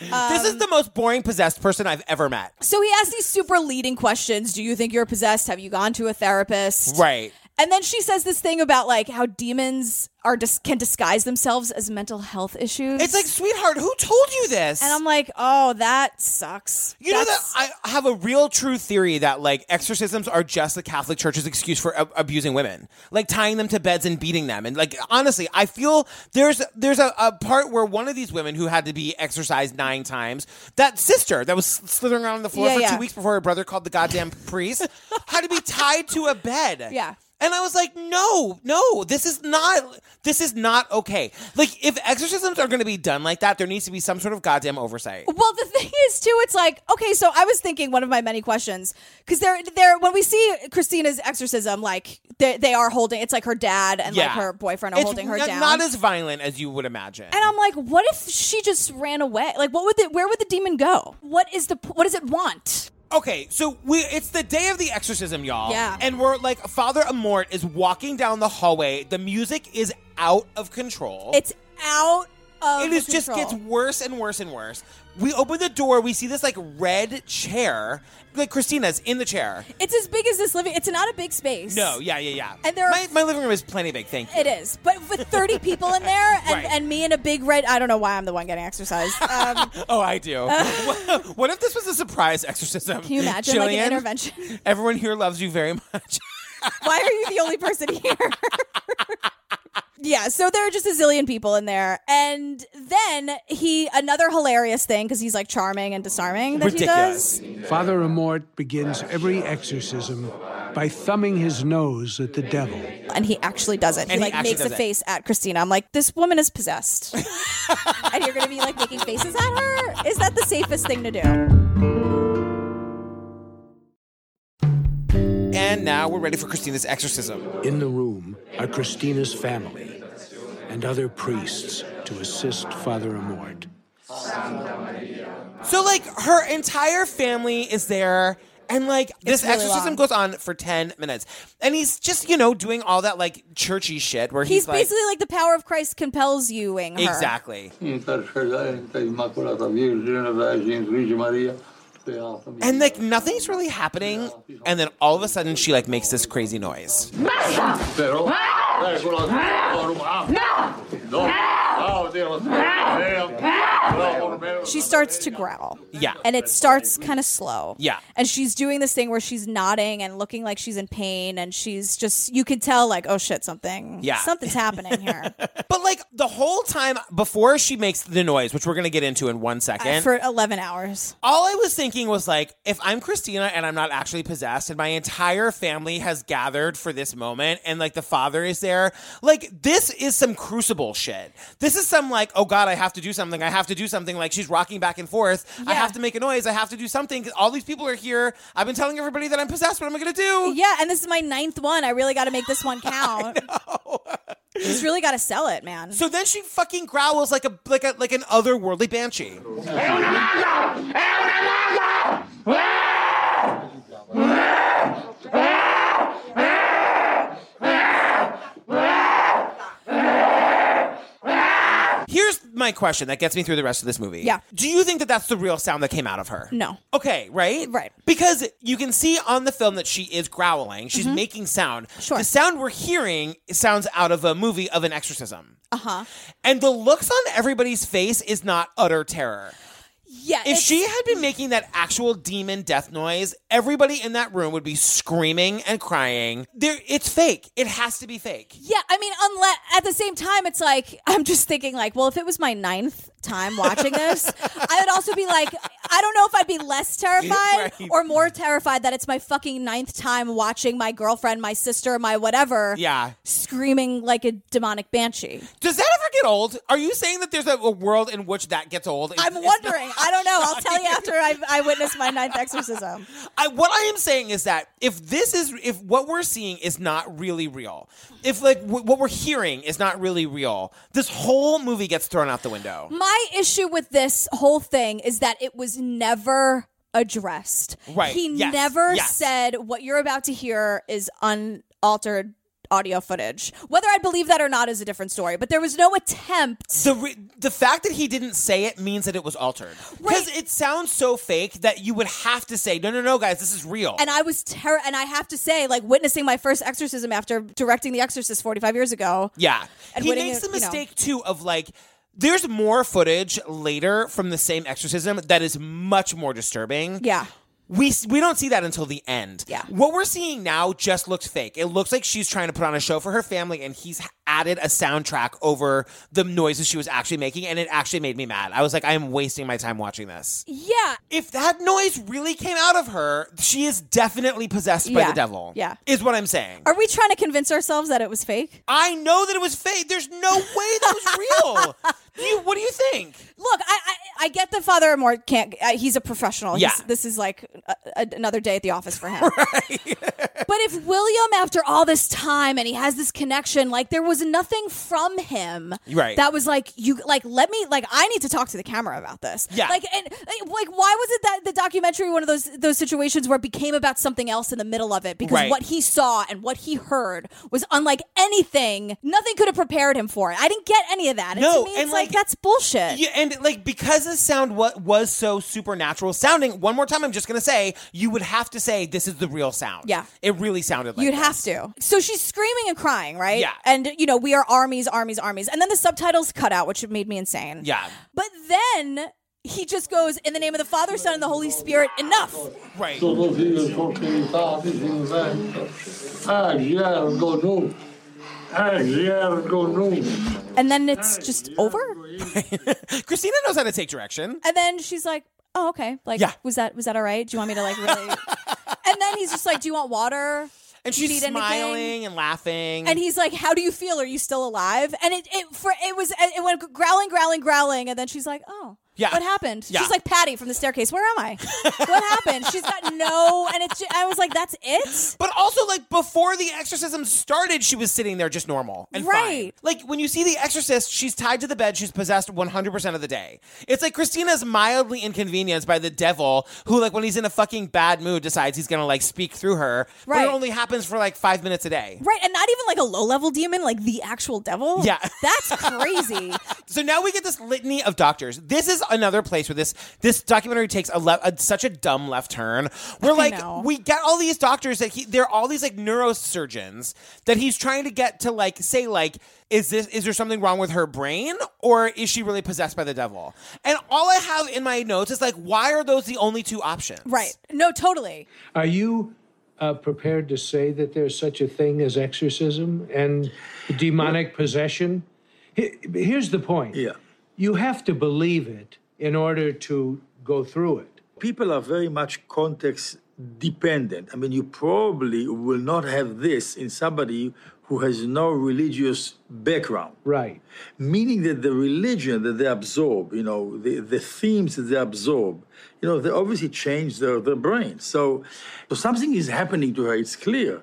A: this
B: Um,
A: is the most boring possessed person I've ever met.
B: So he asks these super leading questions. Do you think you're possessed? Have you gone to a therapist?
A: Right.
B: And then she says this thing about like how demons are dis- can disguise themselves as mental health issues.
A: It's like, sweetheart, who told you this?
B: and I'm like, oh, that sucks.
A: you know that
B: That's-
A: I have a real true theory that like exorcisms are just the Catholic Church's excuse for ab- abusing women, like tying them to beds and beating them. And like honestly, I feel there's there's a, a part where one of these women who had to be exorcised nine times, that sister that was slithering around on the floor
B: Yeah,
A: for
B: yeah.
A: two weeks before her brother called the goddamn priest, had to be tied to a bed.
B: Yeah.
A: And I was like, no, no, this is not this is not okay. Like if exorcisms are going to be done like that, there needs to be some sort of goddamn oversight.
B: Well, the thing is too, it's like okay. So I was thinking one of my many questions because they're they're when we see Christina's exorcism, like they, they are holding. It's like her dad and like her boyfriend are
A: It's
B: holding her
A: n-
B: down.
A: Not as violent as you would imagine.
B: and I'm like, what if she just ran away? Like, what would the, where would the demon go? What is the what does it want?
A: okay, so we it's the day of the exorcism, y'all.
B: Yeah.
A: And we're like Father Amort is walking down the hallway. The music is out of control.
B: It's out of
A: it is just
B: control.
A: gets worse and worse and worse. We open the door, we see this like red chair. Like Christina's in the chair.
B: it's as big as this living. It's not a big space.
A: No, yeah, yeah, yeah.
B: And there are-
A: my, my living room is plenty big, thank you.
B: It is, but with 30 people in there, and,
A: Right.
B: and me in a big red. I don't know why I'm the one getting exercised. Um,
A: Oh, I do. What- what if this was a surprise exorcism?
B: can you imagine like
A: Jillian,
B: an intervention?
A: Everyone here loves you very much.
B: Why are you the only person here? yeah, so there are just a zillion people in there. And then he, another hilarious thing, because he's like charming and disarming that
A: Ridiculous.
B: he does.
C: Father Amort begins every exorcism by thumbing his nose at the devil.
B: and he actually does it.
A: he
B: he like
A: actually
B: makes a
A: does it.
B: face at Christina. I'm like, this woman is possessed, and you're gonna be like making faces at her. Is that the safest thing to do?
A: And now we're ready for Christina's exorcism.
C: In the room are Christina's family and other priests to assist Father Amort.
A: So like her entire family is there. And like this
B: really
A: exorcism
B: long.
A: goes on for ten minutes, and he's just you know doing all that like churchy shit where he's,
B: He's
A: like
B: basically like the power of Christ compels you, Wing. Her.
A: exactly. And
I: And
A: like nothing's really happening, and then all of a sudden she like makes this crazy noise.
I: Pero.
B: She starts to growl.
A: Yeah.
B: And it starts kind of slow.
A: Yeah.
B: And she's doing this thing where she's nodding and looking like she's in pain and she's just you could tell like, oh shit, something
A: Yeah.
B: something's happening here.
A: But like the whole time before she makes the noise, which we're gonna get into in one second,
B: Uh, for eleven hours.
A: all I was thinking was like, if I'm Christina and I'm not actually possessed, and my entire family has gathered for this moment, and like the father is there, like this is some crucible shit. This is some like, oh god, I have to do something. I have to do something. Like she's rocking back and forth. I
B: Yeah.
A: have to make a noise. I have to do something. 'cause All these people are here. I've been telling everybody that I'm possessed. What am I gonna do?
B: Yeah, and this is my ninth one. I really gotta make this one count. She's really gotta sell it, man.
A: So then she fucking growls like a like a like an otherworldly banshee. Here's my question that gets me through the rest of this movie.
B: Yeah.
A: Do you think that that's the real sound that came out of her?
B: No.
A: Okay, right?
B: Right.
A: Because you can see on the film that she is growling. She's making sound.
B: Mm-hmm. Sure.
A: The sound we're hearing sounds out of a movie of an exorcism. Uh huh.
B: Uh-huh.
A: And the looks on everybody's face is not utter terror.
B: yeah.
A: If
B: it's-
A: she had been making that actual demon death noise, everybody in that room would be screaming and crying. There, it's fake. It has to be fake.
B: Yeah, I mean, unless at the same time, it's like I'm just thinking, like, well, if it was my ninth time watching this, I would also be like, I don't know if I'd be less terrified
A: Right.
B: or more terrified that it's my fucking ninth time watching my girlfriend, my sister, my whatever,
A: Yeah.
B: screaming like a demonic banshee.
A: Does that ever get old? Are you saying that there's a, a world in which that gets old? It's-
B: I'm
A: it's
B: wondering. I don't know. I'll tell you after I, I witness my ninth exorcism.
A: I, what I am saying is that if this is if what we're seeing is not really real, if like w- what we're hearing is not really real, this whole movie gets thrown out the window.
B: My issue with this whole thing is that it was never addressed.
A: Right.
B: He
A: Yes.
B: never
A: Yes.
B: said what you're about to hear is unaltered audio footage. Whether I believe that or not is a different story, but there was no attempt.
A: The re- the fact that he didn't say it means that it was altered because
B: Right.
A: it sounds so fake that you would have to say no, no, no, guys, this is real.
B: And I was terror and I have to say like witnessing my first exorcism after directing The Exorcist 45 years ago.
A: yeah,
B: and
A: he
B: winning
A: makes
B: it,
A: the
B: you know.
A: mistake too of like. There's more footage later from the same exorcism that is much more disturbing.
B: Yeah.
A: we we don't see that until the end.
B: Yeah.
A: What we're seeing now just looks fake. It looks like she's trying to put on a show for her family, and he's added a soundtrack over the noises she was actually making, and it actually made me mad. I was like, I am wasting my time watching this.
B: Yeah.
A: If that noise really came out of her, she is definitely possessed by
B: Yeah.
A: the devil.
B: Yeah.
A: Is what I'm saying.
B: Are we trying to convince ourselves that it was fake?
A: I know that it was fake. There's no way that was real. Do you, what do you think?
B: Look, I, I I get that Father Amor can't. Uh, he's a professional. He's-
A: Yeah.
B: this is like a, a- another day at the office for him. but if William, after all this time, and he has this connection, like there was nothing from him,
A: Right.
B: That was like you, like let me, like I need to talk to the camera about this.
A: Yeah.
B: Like and eh, like why was it that the documentary one of those those situations where it became about something else in the middle of it because
A: Right.
B: what he saw and what he heard was unlike anything. Nothing could have prepared him for it. I didn't get any of that.
A: No,
B: and to me, it's
A: and,
B: like,
A: like,
B: that's bullshit.
A: Yeah, and like because the sound what was so supernatural sounding, one more time I'm just gonna say you would have to say this is the real sound.
B: Yeah.
A: It really sounded like
B: You'd
A: this.
B: have to. So she's screaming and crying, right?
A: Yeah.
B: And you know, we are armies, armies, armies. And then the subtitles cut out, which made me insane.
A: Yeah.
B: But then he just goes, in the name of the Father, Son, and the Holy Spirit, enough.
A: Right.
B: And then it's just over.
A: Christina knows how to take direction.
B: And then she's like, Oh, okay. Like
A: Yeah.
B: was that was that all right? Do you want me to like really And then he's just like, Do you want water?
A: and she's
B: need anything?
A: smiling and laughing.
B: and he's like, "How do you feel? Are you still alive?" And it, it for it was it went growling, growling, growling, and then she's like, "Oh,
A: Yeah.
B: what happened?"
A: Yeah.
B: She's like Patty from the staircase. Where am I? what happened? She's got no, and it's. ju- I was like, "That's it."
A: But also, like before the exorcism started, she was sitting there just normal and fine.
B: Right.
A: Like when you see the exorcist, she's tied to the bed. She's possessed 100% of the day. It's like Christina's mildly inconvenienced by the devil, who like when he's in a fucking bad mood decides he's gonna like speak through her. But
B: Right.
A: it only happens for like five minutes a day.
B: Right, and not even like a low level demon, like the actual devil.
A: Yeah.
B: that's crazy.
A: So now we get this litany of doctors. This is another place where this this documentary takes a, le- a such a dumb left turn. We're like
B: know.
A: we get all these doctors that he they're all these like neurosurgeons that he's trying to get to like say like is this is there something wrong with her brain or is she really possessed by the devil? And all I have in my notes is like why are those the only two options?
B: right, no, totally.
C: Are you uh, prepared to say that there's such a thing as exorcism and demonic possession? He- Here's the point.
G: Yeah.
C: You have to believe it in order to go through it.
G: people are very much context dependent. I mean, you probably will not have this in somebody who has no religious background,
C: Right.
G: meaning that the religion that they absorb, you know, the, the themes that they absorb, you know, they obviously change their, their brain. So, so something is happening to her, it's clear.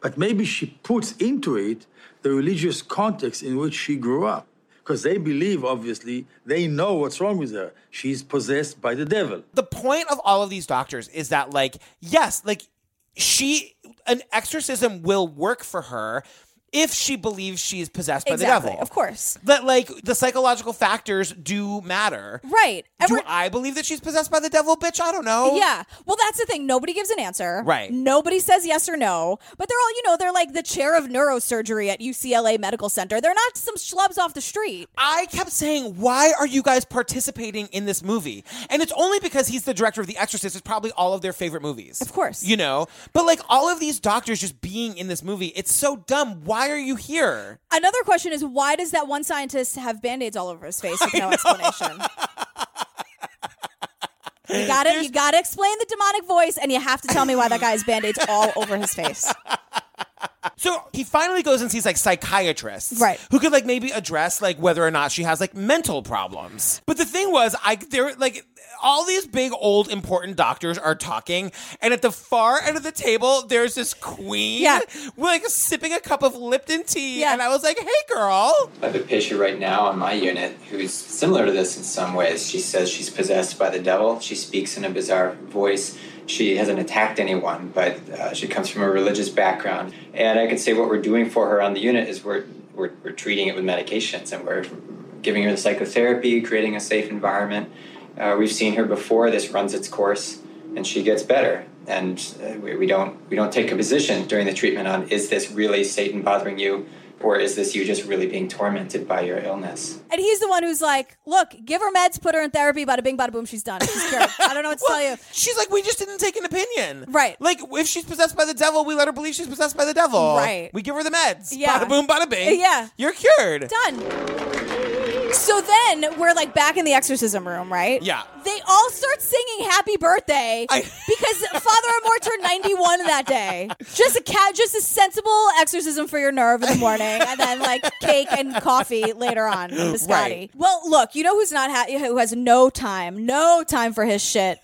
G: But maybe she puts into it the religious context in which she grew up. Because they believe, obviously, they know what's wrong with her. She's possessed by the devil.
A: the point of all of these doctors is that like yes like she an exorcism will work for her if she believes she's possessed by the
B: Exactly,
A: devil
B: of course.
A: that like the psychological factors do matter
B: Right, and
A: do
B: we're-
A: i believe that she's possessed by the devil bitch i don't know
B: Yeah. Well, that's the thing. Nobody gives an answer.
A: Right.
B: Nobody says yes or no. But they're all, you know, they're like the chair of neurosurgery at UCLA Medical Center. They're not some schlubs off the street.
A: I kept saying, why are you guys participating in this movie? And it's only because he's the director of The Exorcist. It's probably all of their favorite movies. Of
B: course.
A: You know? But like all of these doctors just being in this movie, it's so dumb. Why are you here?
B: Another question is why does that one scientist have band aids all over his face with no explanation? You gotta, you gotta explain the demonic voice, and you have to tell me why that guy has band-aids all over his face.
A: So he finally goes and sees like psychiatrists,
B: Right.
A: Who could like maybe address like whether or not she has like mental problems. But the thing was, I there like all these big old important doctors are talking, and at the far end of the table, there's this queen,
B: Yeah.
A: like sipping a cup of Lipton tea,
B: Yeah.
A: and I was like, "Hey, girl,
I: I have a patient right now on my unit who's similar to this in some ways. She says she's possessed by the devil. She speaks in a bizarre voice. She hasn't attacked anyone, but uh, she comes from a religious background. And I could say what we're doing for her on the unit is we're, we're, we're treating it with medications and we're giving her psychotherapy, creating a safe environment. Uh, we've seen her before. This runs its course, and she gets better. And uh, we, we don't we don't take a position during the treatment on is this really Satan bothering you, or is this you just really being tormented by your illness?
B: And he's the one who's like, "Look, give her meds, put her in therapy. Bada bing, bada boom. She's done. She's cured. I don't know what to tell you."
A: she's like we just didn't take an opinion,
B: Right.
A: Like if she's possessed by the devil, we let her believe she's possessed by the devil,
B: Right.
A: We give her the meds,
B: Yeah.
A: Bada boom, bada bing,
B: Yeah.
A: You're cured.
B: done. So then we're like back in the exorcism room, right?
A: Yeah.
B: They all start singing "Happy Birthday"
A: I-
B: because Father Amor turned ninety-one that day. Just a cat, just a sensible exorcism for your nerve in the morning, and then like cake and coffee later on. Biscotti.
A: Right.
B: Well, look, you know who's not ha- who has no time, no time for his shit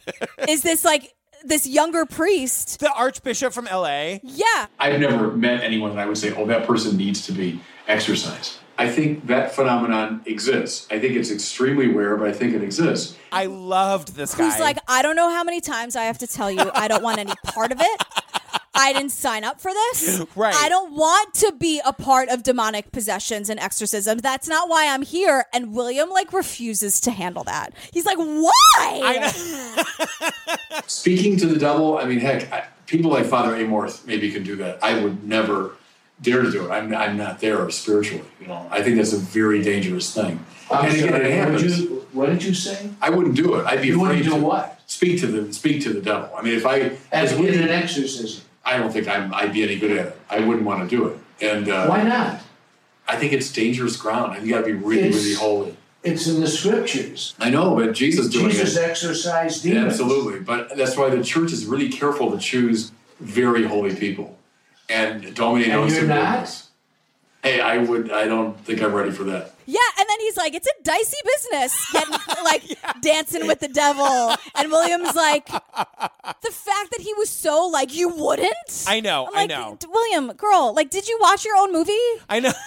B: is this like this younger priest.
A: The Archbishop from L.A.
B: Yeah.
F: I've never met anyone that I would say, oh, that person needs to be exercised. I think that phenomenon exists. I think it's extremely rare, but I think it exists.
A: I loved this guy.
B: Who's like, I don't know how many times I have to tell you I don't want any part of it. I didn't sign up for this.
A: Right.
B: I don't want to be a part of demonic possessions and exorcisms. That's not why I'm here. And William like refuses to handle that. He's like, why?
F: Speaking to the devil, I mean, heck, I, people like Father Amorth maybe can do that. I would never dare to do it. I'm, I'm not there spiritually. You know, I think that's a very dangerous thing.
J: I'm
F: And again,
J: sorry,
F: it
J: what,
F: happens.
J: did you, what did you say?
F: I wouldn't do it. I'd be
J: You wouldn't
F: afraid
J: do
F: to
J: what?
F: speak to the speak to the devil. I mean, if I
J: As
F: we-
J: in an exorcism.
F: I don't think I'm, I'd be any good at it. I wouldn't want to do it. And uh,
J: Why not?
F: I think it's dangerous ground. and you got to be really,
J: It's-
F: really holy.
J: It's in the scriptures.
F: I know, but Jesus doing
J: Jesus
F: it.
J: exorcised
F: Yeah,
J: demons.
F: absolutely. But that's why the church is really careful to choose very holy people. and Domine
C: And
F: knows
C: you're
F: the
C: not?
F: rules. Hey, I would. I don't think I'm ready for that.
B: Yeah, and then he's like, "It's a dicey business, getting, like dancing with the devil." And William's like, "The fact that he was so like, you wouldn't."
A: I know,
B: I'm
A: I
B: like,
A: know.
B: "D- William, girl, like, did you watch your own movie?
A: I know.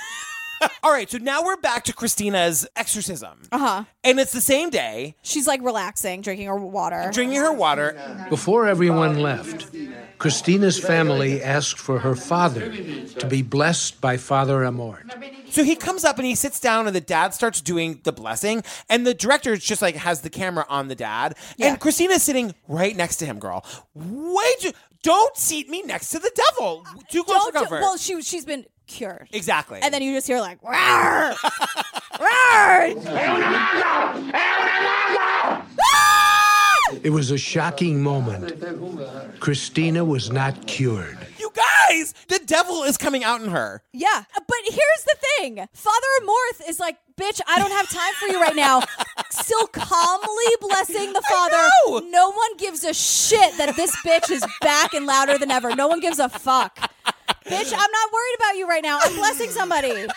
A: All right, so now we're back to Christina's exorcism.
B: Uh huh.
A: And it's the same day,
B: She's like relaxing, drinking her water.
A: drinking her water.
C: Before everyone left, Christina's family asked for her father to be blessed by Father Amort.
A: So he comes up and he sits down, and the dad starts doing the blessing, and the director just like has the camera on the dad,
B: Yeah.
A: and Christina's sitting right next to him, girl. Way too. Don't seat me next to the devil. Too close for
B: Don't do-
A: comfort.
B: well, she she's been cured,
A: exactly.
B: and then you just hear like, "Rawr, rawr." Ah!
C: It was a shocking moment. Christina was not cured.
A: you guys, the devil is coming out in her.
B: Yeah, but here's the thing: Father Amorth is like, "Bitch, I don't have time for you right now." Still calmly blessing the father.
A: know.
B: No one gives a shit that this bitch is back and louder than ever. No one gives a fuck. Bitch, I'm not worried about you right now. I'm blessing somebody.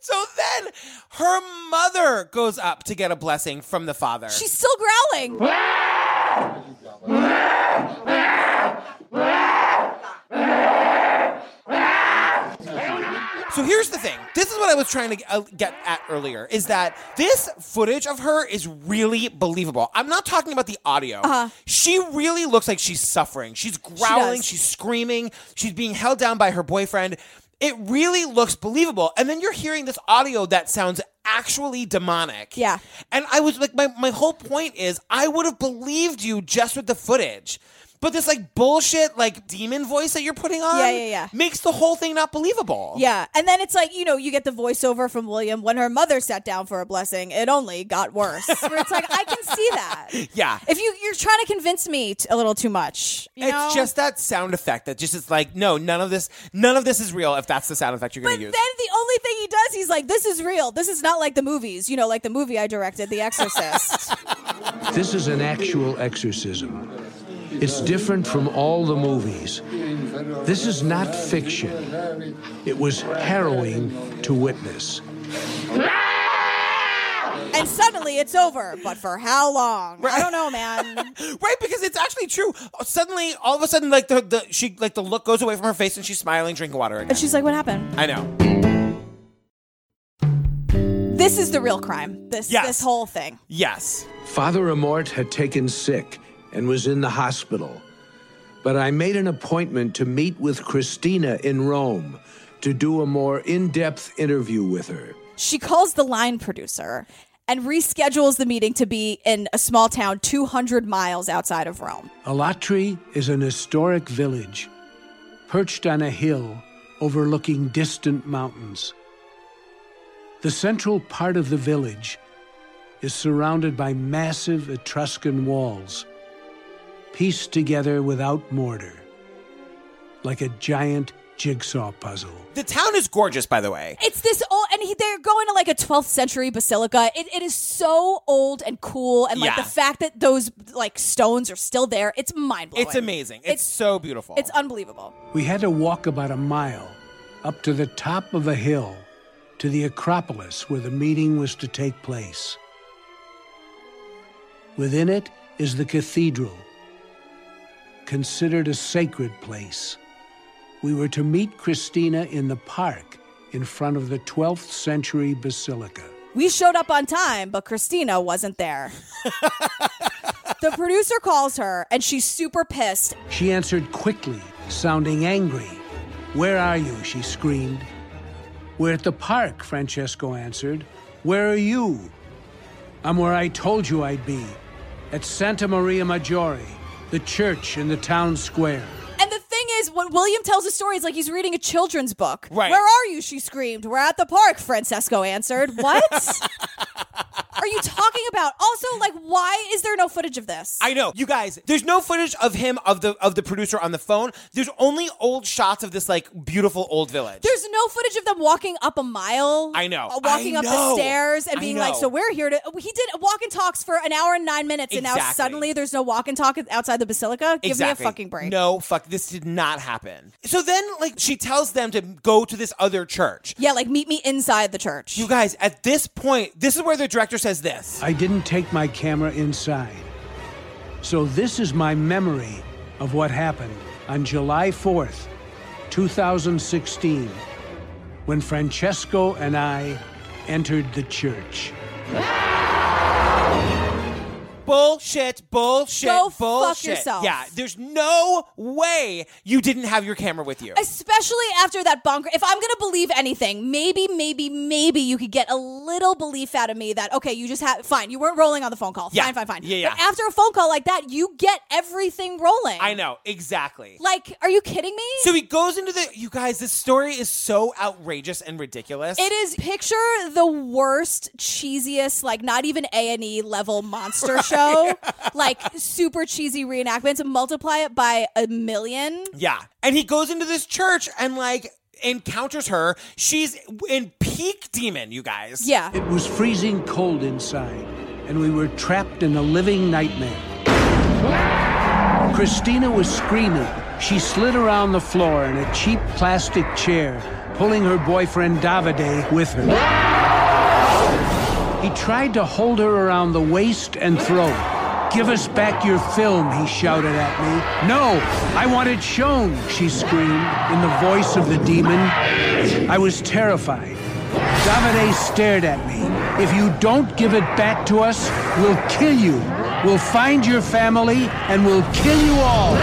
A: So then her mother goes up to get a blessing from the father.
B: She's still growling.
A: So here's the thing. This is what I was trying to uh, get at earlier is that this footage of her is really believable. I'm not talking about the audio. She really looks like she's suffering. She's growling,
B: Uh-huh. does.
A: she's screaming, she's being held down by her boyfriend. It really looks believable. And then you're hearing this audio that sounds actually demonic.
B: Yeah.
A: And I was like, my, my whole point is I would have believed you just with the footage. But this like bullshit like demon voice that you're putting on
B: Yeah, yeah, yeah.
A: makes the whole thing not believable.
B: Yeah, and then it's like you know you get the voiceover from William when her mother sat down for a blessing. It only got worse. Where it's like I can see that.
A: Yeah.
B: If you you're trying to convince me t- a little too much, you
A: it's
B: know?
A: just that sound effect that just is like, no, none of this, none of this is real. If that's the sound effect you're
B: But
A: going to use,
B: then the only thing he does, he's like, "This is real. This is not like the movies. You know, like the movie I directed, The Exorcist."
C: This is an actual exorcism. It's different from all the movies. This is not fiction. It was harrowing to witness.
B: and suddenly it's over. But for how long? I don't know, man.
A: right? Because it's actually true. Suddenly, all of a sudden, like the, the she like the look goes away from her face and she's smiling, drinking water again.
B: and she's like, "What happened?"
A: I know.
B: This is the real crime. This
A: Yes.
B: this whole thing.
A: Yes.
C: Father Amort had taken sick and was in the hospital. But I made an appointment to meet with Christina in Rome to do a more in depth interview with her.
B: She calls the line producer and reschedules the meeting to be in a small town 200 miles outside of Rome.
C: Alatri is an historic village perched on a hill overlooking distant mountains. The central part of the village is surrounded by massive Etruscan walls, pieced together without mortar, like a giant jigsaw puzzle.
A: The town is gorgeous, by the way.
B: It's this old, and he, they're going to like a 12th century basilica. It, it is so old and cool, and
A: Yeah.
B: like the fact that those like stones are still there, it's mind blowing.
A: It's amazing. It's,
B: It's-
A: so beautiful.
B: It's unbelievable.
C: We had to walk about a mile up to the top of a hill to the Acropolis where the meeting was to take place. Within it is the cathedral, considered a sacred place. We were to meet Christina in the park in front of the 12th century basilica.
B: We showed up on time, but Christina wasn't there. the producer calls her, and she's super pissed.
C: She answered quickly, sounding angry. Where are you? she screamed. We're at the park, Francesco answered. Where are you? I'm where I told you I'd be at Santa Maria Maggiore, the church in the town square.
B: And the thing is, when William tells a story, it's like he's reading a children's book.
A: Right.
B: Where are you? She screamed. We're at the park, Francesco answered. What? Are are you talking about? Also, like, why is there no footage of this?
A: I know, you guys. There's no footage of him of the of the producer on the phone. There's only old shots of this like beautiful old village.
B: There's no footage of them walking up a mile.
A: I know.
B: Uh, Walking
A: I
B: up the
A: know.
B: stairs and
A: I
B: being like,
A: know.
B: so we're here to. He did walk and talks for an hour and nine minutes, and now
A: Exactly.
B: suddenly there's no walk and talk outside the basilica. Give
A: exactly.
B: me a fucking break.
A: No, fuck. This did not happen. So then, like, she tells them to go to this other church.
B: Yeah, like meet me inside the church.
A: You guys, at this point, this is where the director says this.
C: I didn't take my camera inside. So this is my memory of what happened on July 4th, 2016, when Francesco and I entered the church.
A: Bullshit, bullshit,
B: Go fuck
A: bullshit.
B: yourself.
A: Yeah, there's no way you didn't have your camera with you.
B: Especially after that bonker. If I'm going to believe anything, maybe, maybe, maybe you could get a little belief out of me that, okay, you just had, fine, you weren't rolling on the phone call. Fine,
A: Yeah.
B: fine, fine.
A: Yeah, yeah.
B: But after a phone call like that, you get everything rolling.
A: I know, exactly.
B: Like, are you kidding me?
A: So he goes into the. You guys, this story is so outrageous and ridiculous.
B: It is picture the worst, cheesiest, like not even A and E level monster show, like super cheesy reenactments. Multiply it by a million.
A: Yeah. And he goes into this church and, like, encounters her. She's in peak demon, you guys.
B: Yeah,
C: It was freezing cold inside, and we were trapped in a living nightmare. Christina was screaming. She slid around the floor in a cheap plastic chair, pulling her boyfriend Davide with her. He tried to hold her around the waist and throat. Give us back your film, he shouted at me. No, I want it shown, she screamed in the voice of the demon. I was terrified. Davide stared at me. If you don't give it back to us, we'll kill you. We'll find your family and we'll kill you all.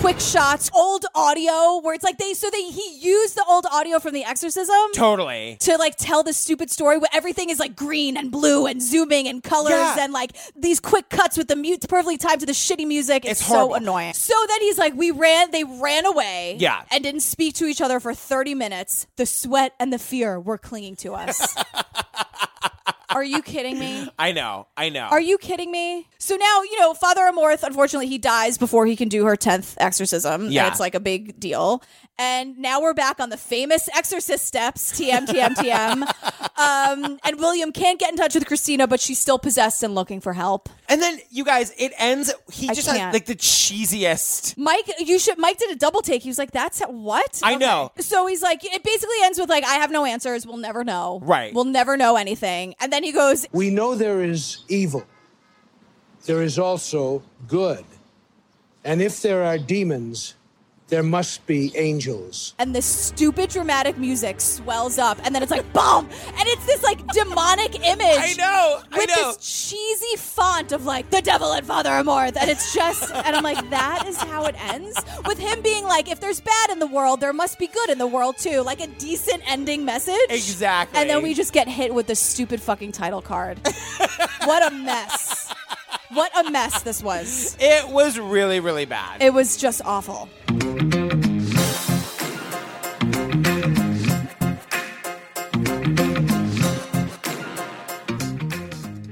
B: quick shots, old audio where it's like they so they he used the old audio from the exorcism
A: Totally.
B: to like tell this stupid story where everything is like green and blue and zooming and colors
A: Yeah.
B: and like these quick cuts with the mute perfectly timed to the shitty music. It's,
A: It's
B: so
A: horrible.
B: annoying. So then he's like, we ran, they ran away,
A: Yeah.
B: and didn't speak to each other for thirty minutes. The sweat and the fear were clinging to us. Are you kidding me?
A: I know. I know.
B: Are you kidding me? So now, you know, Father Amorth, unfortunately, he dies before he can do her 10th exorcism.
A: Yeah.
B: And it's like a big deal. And now we're back on the famous exorcist steps TM, TM, TM. um, and William can't get in touch with Christina, but she's still possessed and looking for help.
A: And then you guys, it ends. He
B: I
A: just has,
B: can't.
A: like the cheesiest.
B: Mike, you should. Mike did a double take. He was like, "That's what."
A: I know.
B: So he's like, it basically ends with like, "I have no answers. We'll never know.
A: Right.
B: We'll never know anything." And then he goes,
C: We know there is evil, there is also good. And if there are demons, there must be angels.
B: and this stupid dramatic music swells up, and then it's like boom, and it's this like demonic image.
A: I know. I
B: With
A: know.
B: this cheesy font of like the devil and Father Amorth, and it's just, and I'm like, that is how it ends. With him being like, if there's bad in the world, there must be good in the world too, like a decent ending message.
A: Exactly.
B: And then we just get hit with this stupid fucking title card. what a mess! What a mess this was.
A: It was really, really bad.
B: It was just awful.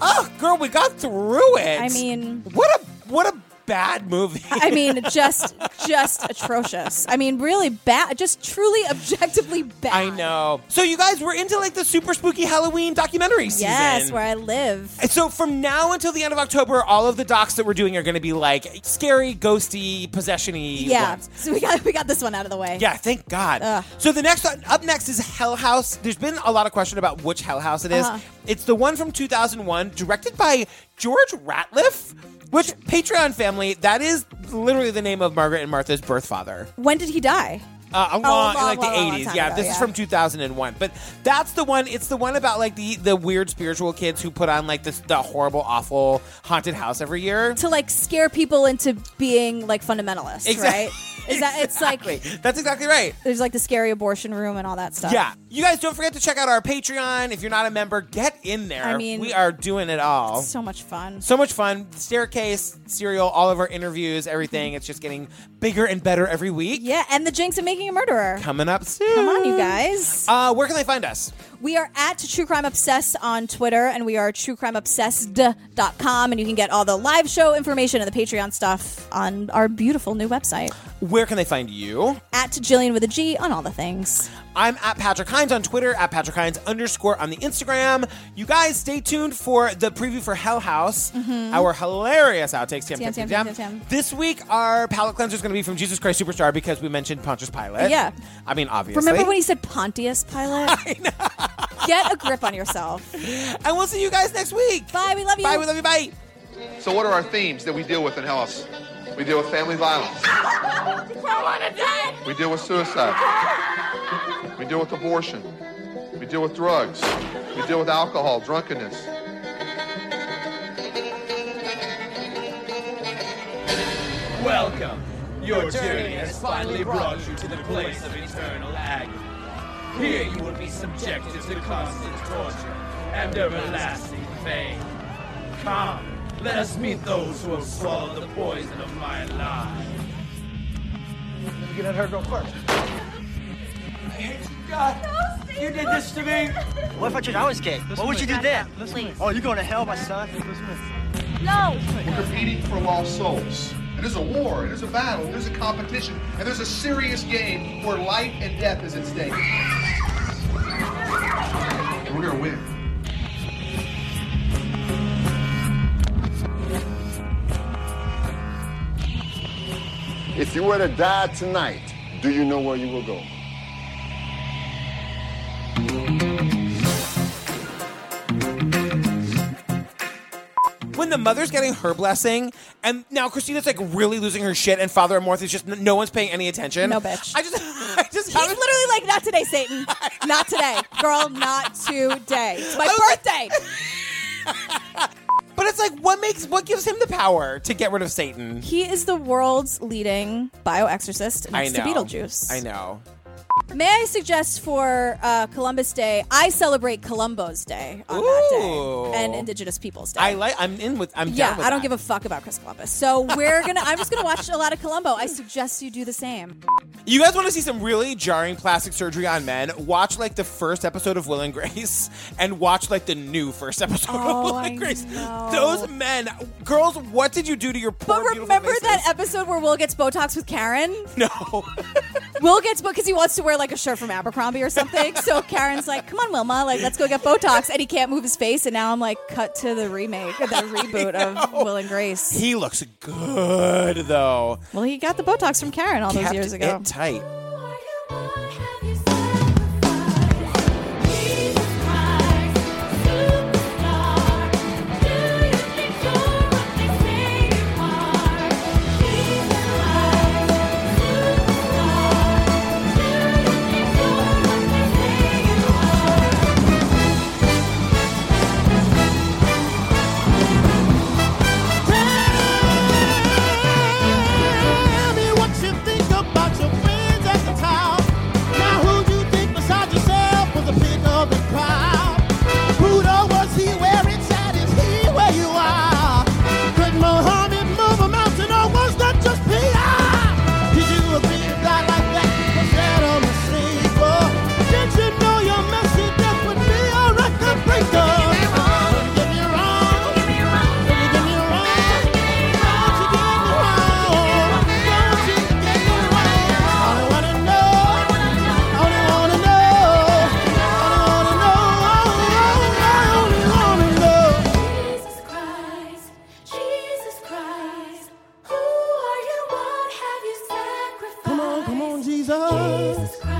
A: oh, girl, we got through it.
B: I mean-
A: what a what a bad movie.
B: I mean, just just atrocious. I mean, really bad. Just truly objectively bad.
A: I know. So you guys, we're into like the super spooky Halloween documentary season.
B: Yes, where I live.
A: And so from now until the end of October, all of the docs that we're doing are going to be like scary, ghosty, possession-y
B: Yeah.
A: ones.
B: So we got we got this one out of the way.
A: Yeah, thank God.
B: Ugh.
A: So the next up next is Hell House. There's been a lot of question about which Hell House it is.
B: Uh-huh.
A: It's the one from 2001, directed by George Ratliff, which Patreon family. That is literally the name of Margaret and Martha's birth father.
B: When did he die?
A: Uh, a long,
B: Oh, long,
A: like
B: long,
A: the
B: long
A: 80s.
B: time
A: yeah,
B: ago,
A: this is
B: yeah.
A: from 2001. But that's the one. It's the one about like the the weird spiritual kids who put on like this the horrible, awful haunted house every year.
B: To like scare people into being like fundamentalists,
A: Exact-
B: right? Is that it's like
A: That's exactly right.
B: there's like the scary abortion room and all that stuff.
A: Yeah. You guys don't forget to check out our Patreon. If you're not a member, get in there.
B: I mean,
A: we are doing it all.
B: So much fun.
A: So much fun. Staircase, serial, all of our interviews, everything. It's just getting bigger and better every week.
B: Yeah, and the jinx of making a murderer.
A: Coming up soon.
B: Come on, you guys.
A: Uh, where can they find us?
B: We are at True Crime Obsessed on Twitter, and we are truecrimeobsessed.com, and you can get all the live show information and the Patreon stuff on our beautiful new website.
A: Where can they find you?
B: At Jillian with a G on all the things.
A: I'm at Patrick Hines on Twitter, at Patrick Hines underscore on the Instagram. You guys stay tuned for the preview for Hell House,
B: Mhm.
A: our hilarious outtakes. Tam,
B: Tam,
A: tam, tam,
B: tam,
A: tam.
B: tam, tam, tam.
A: This week, our palate cleanser is going to be from Jesus Christ Superstar because we mentioned Pontius Pilate.
B: Yeah.
A: I mean, obviously.
B: Remember when he said Pontius Pilate? Get a grip on yourself.
A: And we'll see you guys next week.
B: Bye. We love you.
A: Bye. We love you. Bye.
K: So, what are our themes that we deal with in Hellas? We deal with family violence. We deal with suicide. We deal with abortion. We deal with drugs. We deal with alcohol, drunkenness.
L: Welcome! Your journey has finally brought you to the place of eternal agony. Here you will be subjected to constant torture and everlasting pain. Come, let us meet those who have swallowed the poison of my life.
J: You let her go first.
L: I hate you, God! you did this to me!
M: What if I told you I was gay?
L: Listen
M: what would
L: to
M: you
L: me.
M: do then?
L: Listen to me.
M: Oh, you're going to hell, my son.
K: No! We're competing for lost souls. And there's a war, and there's a battle, and there's a competition, and there's a serious game where life and death is at stake. And we're gonna win.
N: If you were to die tonight, do you know where you will go?
A: When the mother's getting her blessing, and now Christina's like really losing her shit, and Father Amorth is just no one's paying any attention.
B: No, bitch.
A: I just, I just
B: He's literally like, not today, Satan. Not today. Girl, not today. It's my birthday.
A: But it's like, what makes, what gives him the power to get rid of Satan?
B: He is the world's leading bioexorcist
A: I
B: next
A: know.
B: to Beetlejuice.
A: I know.
B: May I suggest for uh, Columbus Day, I celebrate Columbo's Day on that
A: Ooh.
B: day and Indigenous Peoples Day.
A: I like. I'm in with. I'm
B: yeah,
A: down with
B: I don't give a fuck about Chris Columbus. So we're gonna. I'm just gonna watch a lot of Columbo. I suggest you do the same.
A: You guys want to see some really jarring plastic surgery on men? Watch like the first episode of Will and Grace, and watch like the new first episode
B: Oh,
A: of Will and Grace. Those men, girls, what did you do to your poor?
B: But remember that episode where Will gets Botox with Karen?
A: No.
B: Will gets because he wants to wear like a shirt from Abercrombie or something. So Karen's like, "Come on, Wilma, like let's go get Botox," and he can't move his face. And now I'm like, cut to the remake, the reboot of Will and Grace.
A: he looks good though.
B: Well, he got the Botox from Karen all those
A: Kept
B: years ago.
A: it tight.
L: Tell me what you think about your friends at the time. Now who do you think beside yourself was the pick of the crowd? Buddha was he where it's at? Is he where you are? Could Muhammad move a mountain or was that just PR? Did you agree with God like that? Was that on the sequel? Did you know your messy death would be a record breaker? Don't get me wrong. Don't get me wrong. Don't you get me wrong. Don't you get me wrong. All I wanna know. All I wanna know. All I wanna know. All I only wanna know.
O: Jesus Christ, Jesus Christ, who are you? What have you sacrificed?
L: Come on, come on, Jesus.
O: Jesus Christ.